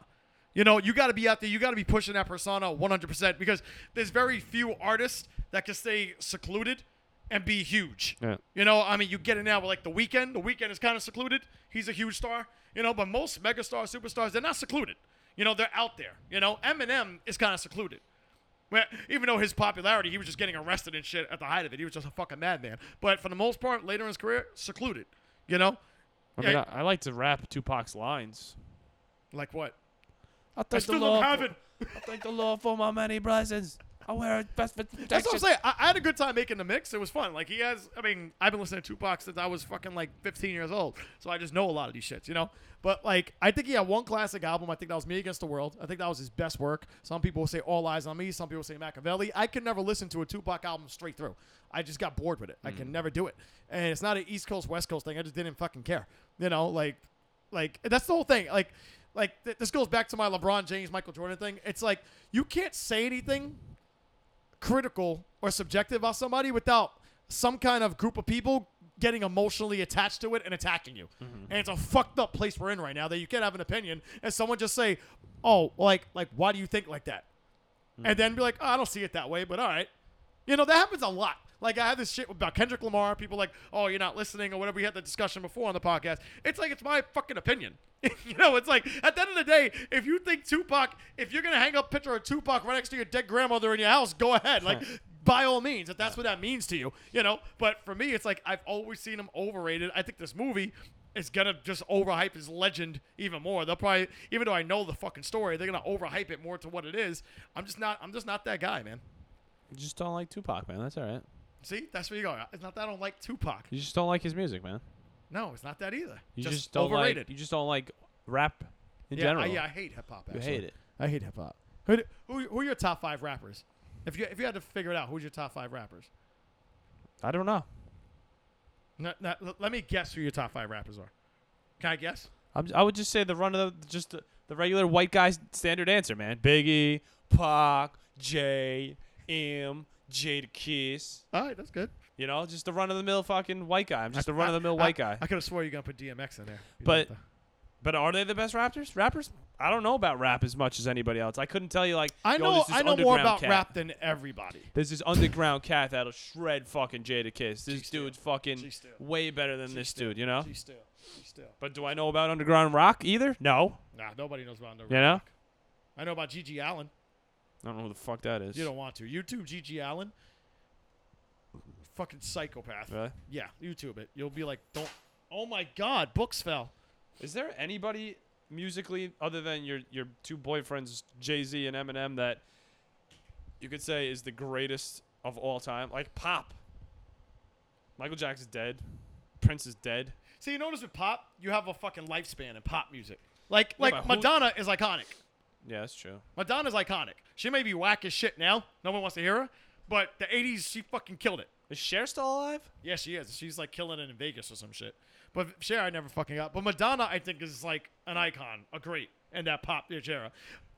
Speaker 2: You know, you got to be out there. You got to be pushing that persona 100% because there's very few artists that can stay secluded and be huge.
Speaker 3: Yeah.
Speaker 2: You know, I mean, you get it now with like The Weeknd. The Weeknd is kind of secluded. He's a huge star. You know, but most megastars, superstars, they're not secluded. You know, they're out there. You know, Eminem is kind of secluded. Well, even though his popularity, he was just getting arrested and shit at the height of it. He was just a fucking madman. But for the most part, later in his career, secluded. You know,
Speaker 3: I mean,
Speaker 2: Yeah.
Speaker 3: I, I like to rap Tupac's lines.
Speaker 2: like what?
Speaker 3: I
Speaker 2: I
Speaker 3: thank
Speaker 2: still don't have it.
Speaker 3: I thank the Lord for my many blessings. I wear it best for protection.
Speaker 2: *laughs* That's what I'm saying. I, I had a good time making the mix. It was fun. Like he has. I mean, I've been listening to Tupac since I was fucking like 15 years old, so I just know a lot of these shits, you know. But like, I think he had one classic album. I think that was Me Against the World. I think that was his best work. Some people will say All Eyes on Me. Some people say Machiavelli. I can never listen to a Tupac album straight through. I just got bored with it. I can never do it. And it's not an East Coast West Coast thing. I just didn't fucking care, you know. Like, like that's the whole thing. Like. Like th- this goes back to my LeBron James, Michael Jordan thing. It's like you can't say anything critical or subjective about somebody without some kind of group of people getting emotionally attached to it and attacking you. And it's a fucked up place we're in right now that you can't have an opinion and someone just say, "Oh, like like why do you think like that?" And then be like, oh, "I don't see it that way, but all right." You know, that happens a lot. Like I had this shit about Kendrick Lamar. People like, oh, you're not listening or whatever. We had the discussion before on the podcast. It's like it's my fucking opinion. *laughs* you know, it's like at the end of the day, if you think Tupac, if you're gonna hang up a picture of Tupac right next to your dead grandmother in your house, go ahead. Like. By all means, if that's what that means to you, you know. But for me, it's like I've always seen him overrated. I think this movie is gonna just overhype his legend even more. They'll probably, even though I know the fucking story, they're gonna overhype it more to what it is. I'm just not. I'm just not that guy, man.
Speaker 3: You just don't like Tupac, man. That's all right.
Speaker 2: See, that's where you go. It's not that I don't like Tupac.
Speaker 3: You just don't like his music, man.
Speaker 2: No, it's not that either.
Speaker 3: You just, don't
Speaker 2: overrated.
Speaker 3: like. You just don't like rap in
Speaker 2: yeah,
Speaker 3: general.
Speaker 2: I, yeah, I hate hip hop.
Speaker 3: you hate it.
Speaker 2: I hate hip hop. Who, d- who who are your top five rappers? If you if you had to figure it out, who's your top five rappers?
Speaker 3: I don't know.
Speaker 2: No, no, l- let me guess who your top five rappers are. Can I guess?
Speaker 3: I'm, I would just say the run of the, just the, the regular white guy's standard answer, man. Biggie, Pac, J, M, J to Kiss.
Speaker 2: All right, that's good.
Speaker 3: You know, just the run of the mill fucking white guy. I'm just a run of the mill white
Speaker 2: I-
Speaker 3: guy.
Speaker 2: I could have swore you were gonna put DMX in there. You
Speaker 3: But-
Speaker 2: know,
Speaker 3: But are they the best rappers? Rappers? I don't know about rap as much as anybody else. I couldn't tell you like
Speaker 2: I
Speaker 3: yo,
Speaker 2: know
Speaker 3: there's this
Speaker 2: I know more
Speaker 3: underground
Speaker 2: about
Speaker 3: cat.
Speaker 2: rap than everybody.
Speaker 3: There's this underground cat that'll shred fucking Jada Kiss. This
Speaker 5: G-Steel.
Speaker 3: dude's fucking
Speaker 5: G-Steel.
Speaker 3: way better than this dude, you know?
Speaker 5: She's still. She's still.
Speaker 3: But do I know about underground rock either? No.
Speaker 2: Nah, nobody knows about underground.
Speaker 3: You know?
Speaker 2: rock. I know about Gigi Allen.
Speaker 3: I don't know who the fuck that is.
Speaker 2: You don't want to. YouTube Gigi Allen. Fucking psychopath.
Speaker 3: Really?
Speaker 2: Yeah, YouTube it. You'll be like, don't. Oh my God, books fell.
Speaker 3: Is there anybody musically other than your your two boyfriends, Jay Z and Eminem, that you could say is the greatest of all time? Like pop. Michael Jackson's dead. Prince is dead.
Speaker 2: See, you notice with pop, you have a fucking lifespan in pop music. Like,
Speaker 3: but
Speaker 2: like
Speaker 3: who-
Speaker 2: Madonna is iconic.
Speaker 3: Yeah, that's true.
Speaker 2: Madonna's iconic. She may be whack as shit now. No one wants to hear her. But the '80s, she fucking killed it.
Speaker 3: Is Cher still alive?
Speaker 2: Yeah, she is. She's like killing it in Vegas or some shit. But Cher, I never fucking got. But Madonna, I think, is like an icon, a great, in that pop era.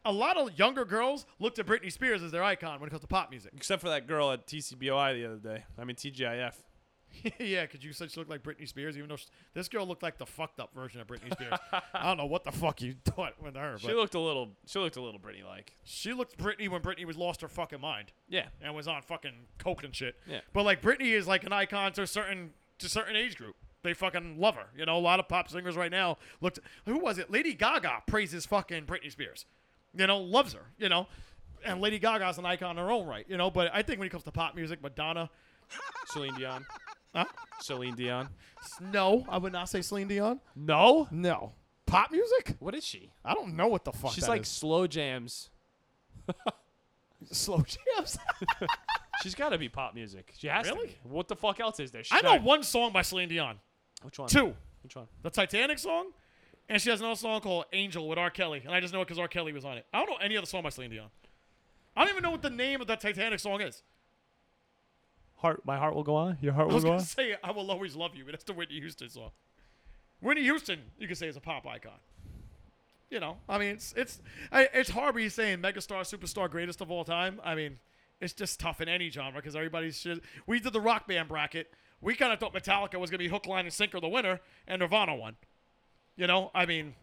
Speaker 2: A lot of younger girls looked at Britney Spears as their icon when it comes to pop music. *laughs*
Speaker 3: Except for that girl at TCBOI the other day. I mean TGIF.
Speaker 2: yeah, because you said she looked like Britney Spears, even though she, this girl looked like the fucked up version of Britney Spears. I don't know what the fuck you *laughs* thought with her, but
Speaker 3: She looked a little. She looked a little Britney like.
Speaker 2: she looked Britney when Britney was lost her fucking mind.
Speaker 3: Yeah.
Speaker 2: and was on fucking coke and shit.
Speaker 3: Yeah.
Speaker 2: But like Britney is like an icon to a certain to a certain age group. They fucking love her. You know, a lot of pop singers right now looked. Who was it? Lady Gaga praises fucking Britney Spears. You know, loves her. You know, and Lady Gaga's an icon in her own right. You know, but I think when it comes to pop music, Madonna.
Speaker 3: Celine Dion.
Speaker 2: Huh?
Speaker 3: Celine Dion.
Speaker 2: No, I would not say Celine Dion.
Speaker 3: No.
Speaker 2: No. Pop music?
Speaker 3: What is she?
Speaker 2: I don't know what the fuck.
Speaker 3: She's
Speaker 2: that
Speaker 3: like
Speaker 2: is.
Speaker 3: slow jams.
Speaker 2: slow jams.
Speaker 3: *laughs* She's got to be pop music. She has
Speaker 2: Really?
Speaker 3: to. Be. What the fuck else is there? She's
Speaker 2: I know
Speaker 3: gotta-
Speaker 2: one song by Celine Dion.
Speaker 3: Which one?
Speaker 2: Two.
Speaker 3: Which one?
Speaker 2: the Titanic song, and she has another song called Angel with R. Kelly, and I just know it because R. Kelly was on it. I don't know any other song by Celine Dion. I don't even know what the name of that Titanic song is.
Speaker 3: Heart. My heart will go on. Your heart
Speaker 2: I
Speaker 3: will
Speaker 2: was
Speaker 3: go
Speaker 2: gonna
Speaker 3: on.
Speaker 2: say I will always love you, but that's the Whitney Houston song. Whitney Houston, you could say is a pop icon. You know, I mean, it's it's I, it's hard when you're saying megastar, superstar, greatest of all time. I mean, it's just tough in any genre because everybody's shit. We did the rock band bracket. We kind of thought Metallica was gonna be hook, line, and sinker the winner, and Nirvana won. You know, I mean,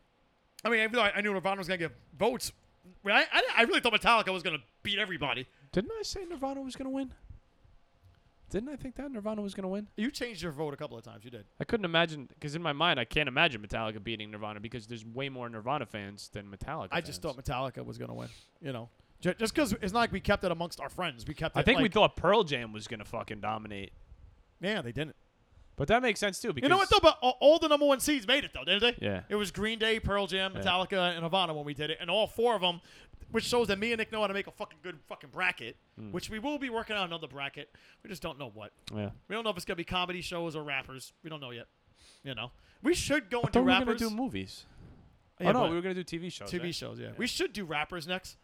Speaker 2: I mean, even though I, I knew Nirvana was gonna get votes, I, I I really thought Metallica was gonna beat everybody.
Speaker 3: Didn't I say Nirvana was gonna win? Didn't I think that Nirvana was gonna win?
Speaker 2: You changed your vote a couple of times. You did.
Speaker 3: I couldn't imagine because in my mind I can't imagine Metallica beating Nirvana because there's way more Nirvana fans than Metallica.
Speaker 2: I just
Speaker 3: fans.
Speaker 2: thought Metallica was gonna win. You know, Ju- just because it's not like we kept it amongst our friends. We kept. It
Speaker 3: I think we
Speaker 2: like-
Speaker 3: thought Pearl Jam was gonna fucking dominate,
Speaker 2: Yeah, they didn't.
Speaker 3: but that makes sense too. Because
Speaker 2: You know what though? But all, all the number one seeds made it though, didn't they?
Speaker 3: Yeah.
Speaker 2: It was Green Day, Pearl Jam, Metallica, and Havana when we did it, and all four of them, which shows that me and Nick know how to make a fucking good fucking bracket,
Speaker 3: Hmm.
Speaker 2: which we will be working on another bracket. We just don't know what.
Speaker 3: Yeah.
Speaker 2: We don't know if it's gonna be comedy shows or rappers. We don't know yet. You know, we should go
Speaker 3: thought
Speaker 2: into
Speaker 3: we were gonna
Speaker 2: rappers.
Speaker 3: do movies.
Speaker 2: Yeah,
Speaker 3: oh no,
Speaker 2: but
Speaker 3: we were gonna do TV shows.
Speaker 2: TV
Speaker 3: right?
Speaker 2: shows. Yeah. we should do rappers next.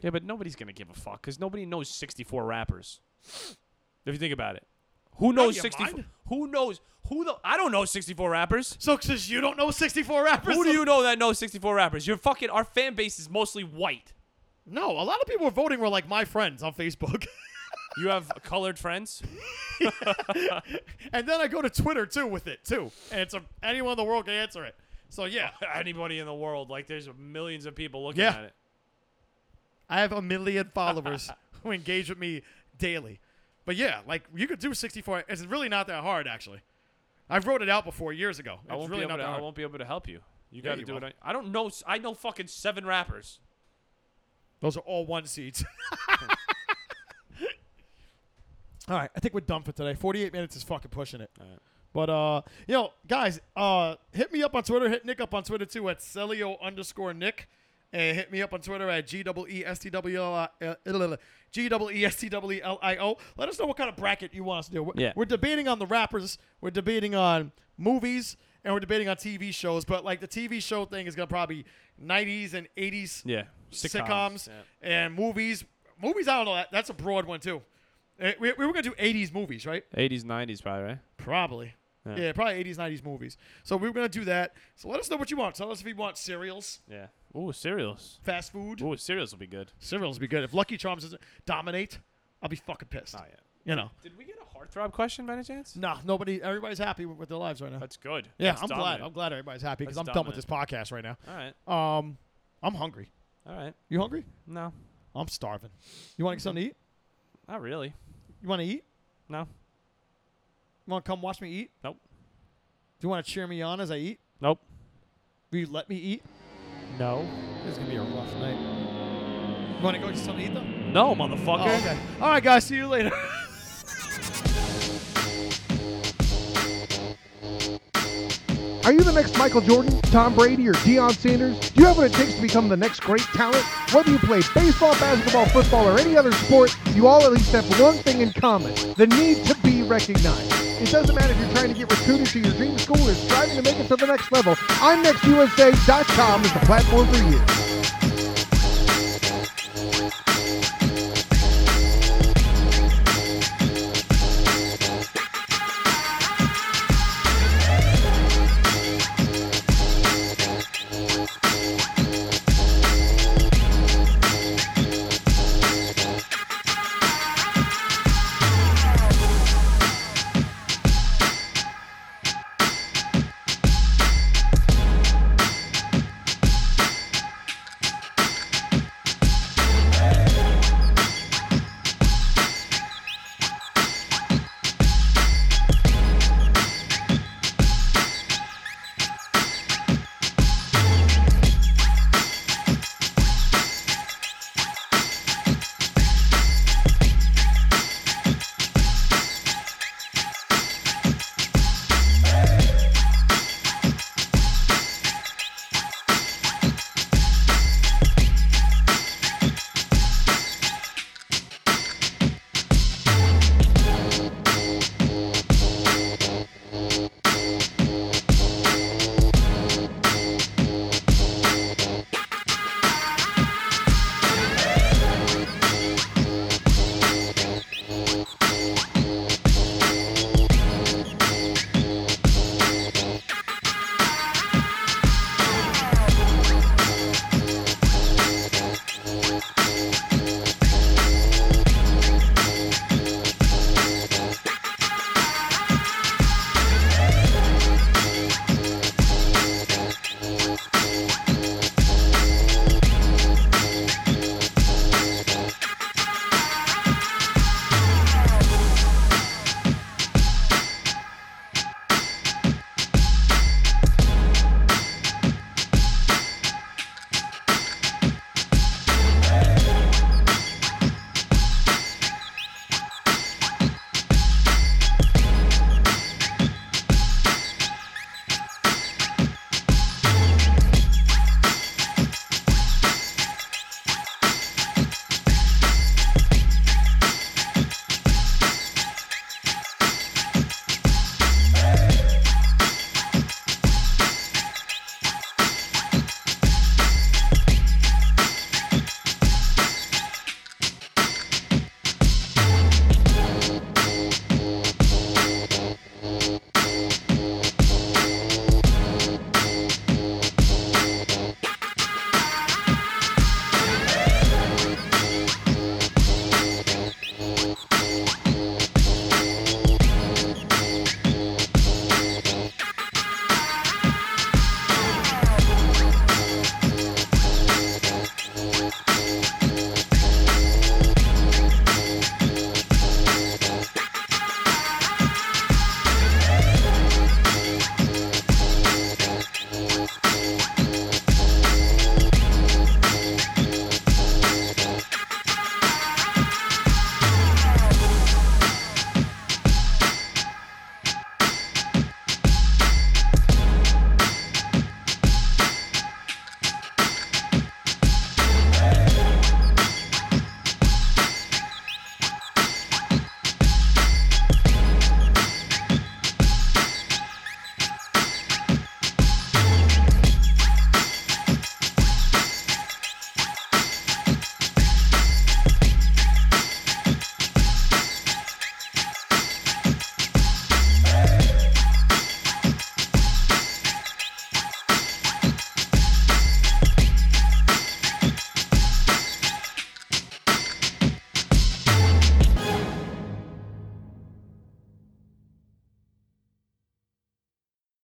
Speaker 3: Yeah, but nobody's gonna give a fuck because nobody knows 64 rappers. If you think about it, who
Speaker 2: of
Speaker 3: knows
Speaker 2: your
Speaker 3: 64?
Speaker 2: mind?
Speaker 3: Who knows who the? I don't know 64 rappers.
Speaker 2: So, since you don't know 64 rappers,
Speaker 3: Who do
Speaker 2: so-
Speaker 3: you know that knows 64 rappers? You're fucking. Our fan base is mostly white.
Speaker 2: No, a lot of people voting were like my friends on Facebook. *laughs*
Speaker 3: You have colored friends.
Speaker 2: *laughs* and then I go to Twitter too with it too. And it's a, anyone in the world can answer it. So
Speaker 3: *laughs*
Speaker 2: yeah,
Speaker 3: *laughs* Anybody in the world, like there's millions of people looking
Speaker 2: Yeah.
Speaker 3: at it.
Speaker 2: I have a million
Speaker 3: *laughs*
Speaker 2: followers who engage with me daily. But yeah, like you could do 64. It's really not that hard actually. I've wrote it out before years ago. It's
Speaker 3: I won't
Speaker 2: really
Speaker 3: be
Speaker 2: not
Speaker 3: able to.
Speaker 2: that
Speaker 3: I
Speaker 2: hard.
Speaker 3: won't be able to help you.
Speaker 2: Yeah,
Speaker 3: You got to
Speaker 2: you
Speaker 3: do
Speaker 2: will.
Speaker 3: it. on- I don't know. s- I know fucking seven rappers.
Speaker 2: Those are all one seeds. *laughs* all right, I think we're done for today. 48 minutes is fucking pushing it. But uh, yo, guys, uh, hit me up on Twitter. Hit Nick up on Twitter too at Celio underscore Nick, and hit me up on Twitter at G double E S T W L I G double E S T W L I O. Let us know what kind of bracket you want us to do. We're,
Speaker 3: Yeah.
Speaker 2: we're debating on the rappers. We're debating on movies. And we're debating on TV shows, but like the TV show thing is gonna probably 90s and 80s
Speaker 3: Yeah.
Speaker 2: sitcoms,
Speaker 3: Yeah.
Speaker 2: and movies. Movies, I don't know. That, that's a broad one too. Eh, We, we were gonna do '80s movies, right?
Speaker 3: 80s, 90s, probably right.
Speaker 2: Probably. Yeah.
Speaker 3: Yeah.
Speaker 2: probably '80s, '90s movies. So we were gonna do that. So let us know what you want. Tell us if you want cereals,
Speaker 3: Yeah. Ooh, cereals.
Speaker 2: fast food.
Speaker 3: Ooh, cereals will be good.
Speaker 2: Cereals would be good. If Lucky Charms doesn't dominate, I'll be fucking pissed.
Speaker 3: Oh yeah.
Speaker 2: You know,
Speaker 3: Did we get a heartthrob question by any chance?
Speaker 2: nah, nobody, everybody's happy with their lives right now.
Speaker 3: That's good.
Speaker 2: yeah,
Speaker 3: That's
Speaker 2: I'm glad.
Speaker 3: dominant.
Speaker 2: I'm glad everybody's happy because I'm
Speaker 3: That's
Speaker 2: done with this podcast right now.
Speaker 3: All right.
Speaker 2: Um, I'm hungry.
Speaker 3: All right.
Speaker 2: You hungry?
Speaker 3: No,
Speaker 2: I'm starving. You want to get something to eat?
Speaker 3: not really.
Speaker 2: You want to eat?
Speaker 3: No.
Speaker 2: You want to come watch me eat?
Speaker 3: Nope.
Speaker 2: Do you want to cheer me on as I eat?
Speaker 3: Nope.
Speaker 2: Will you let me eat?
Speaker 3: No.
Speaker 2: It's gonna be a rough night. You want to go get something to eat though?
Speaker 3: No, motherfucker.
Speaker 2: Oh, okay. All right, guys. See you later.
Speaker 1: Are you the next Michael Jordan, Tom Brady, or Deion Sanders? Do you have what it takes to become the next great talent? Whether you play baseball, basketball, football, or any other sport, you all at least have one thing in common the need to be recognized. It doesn't matter if you're trying to get recruited to your dream school or striving to make it to the next level. I'mNextUSA.com is the platform for you.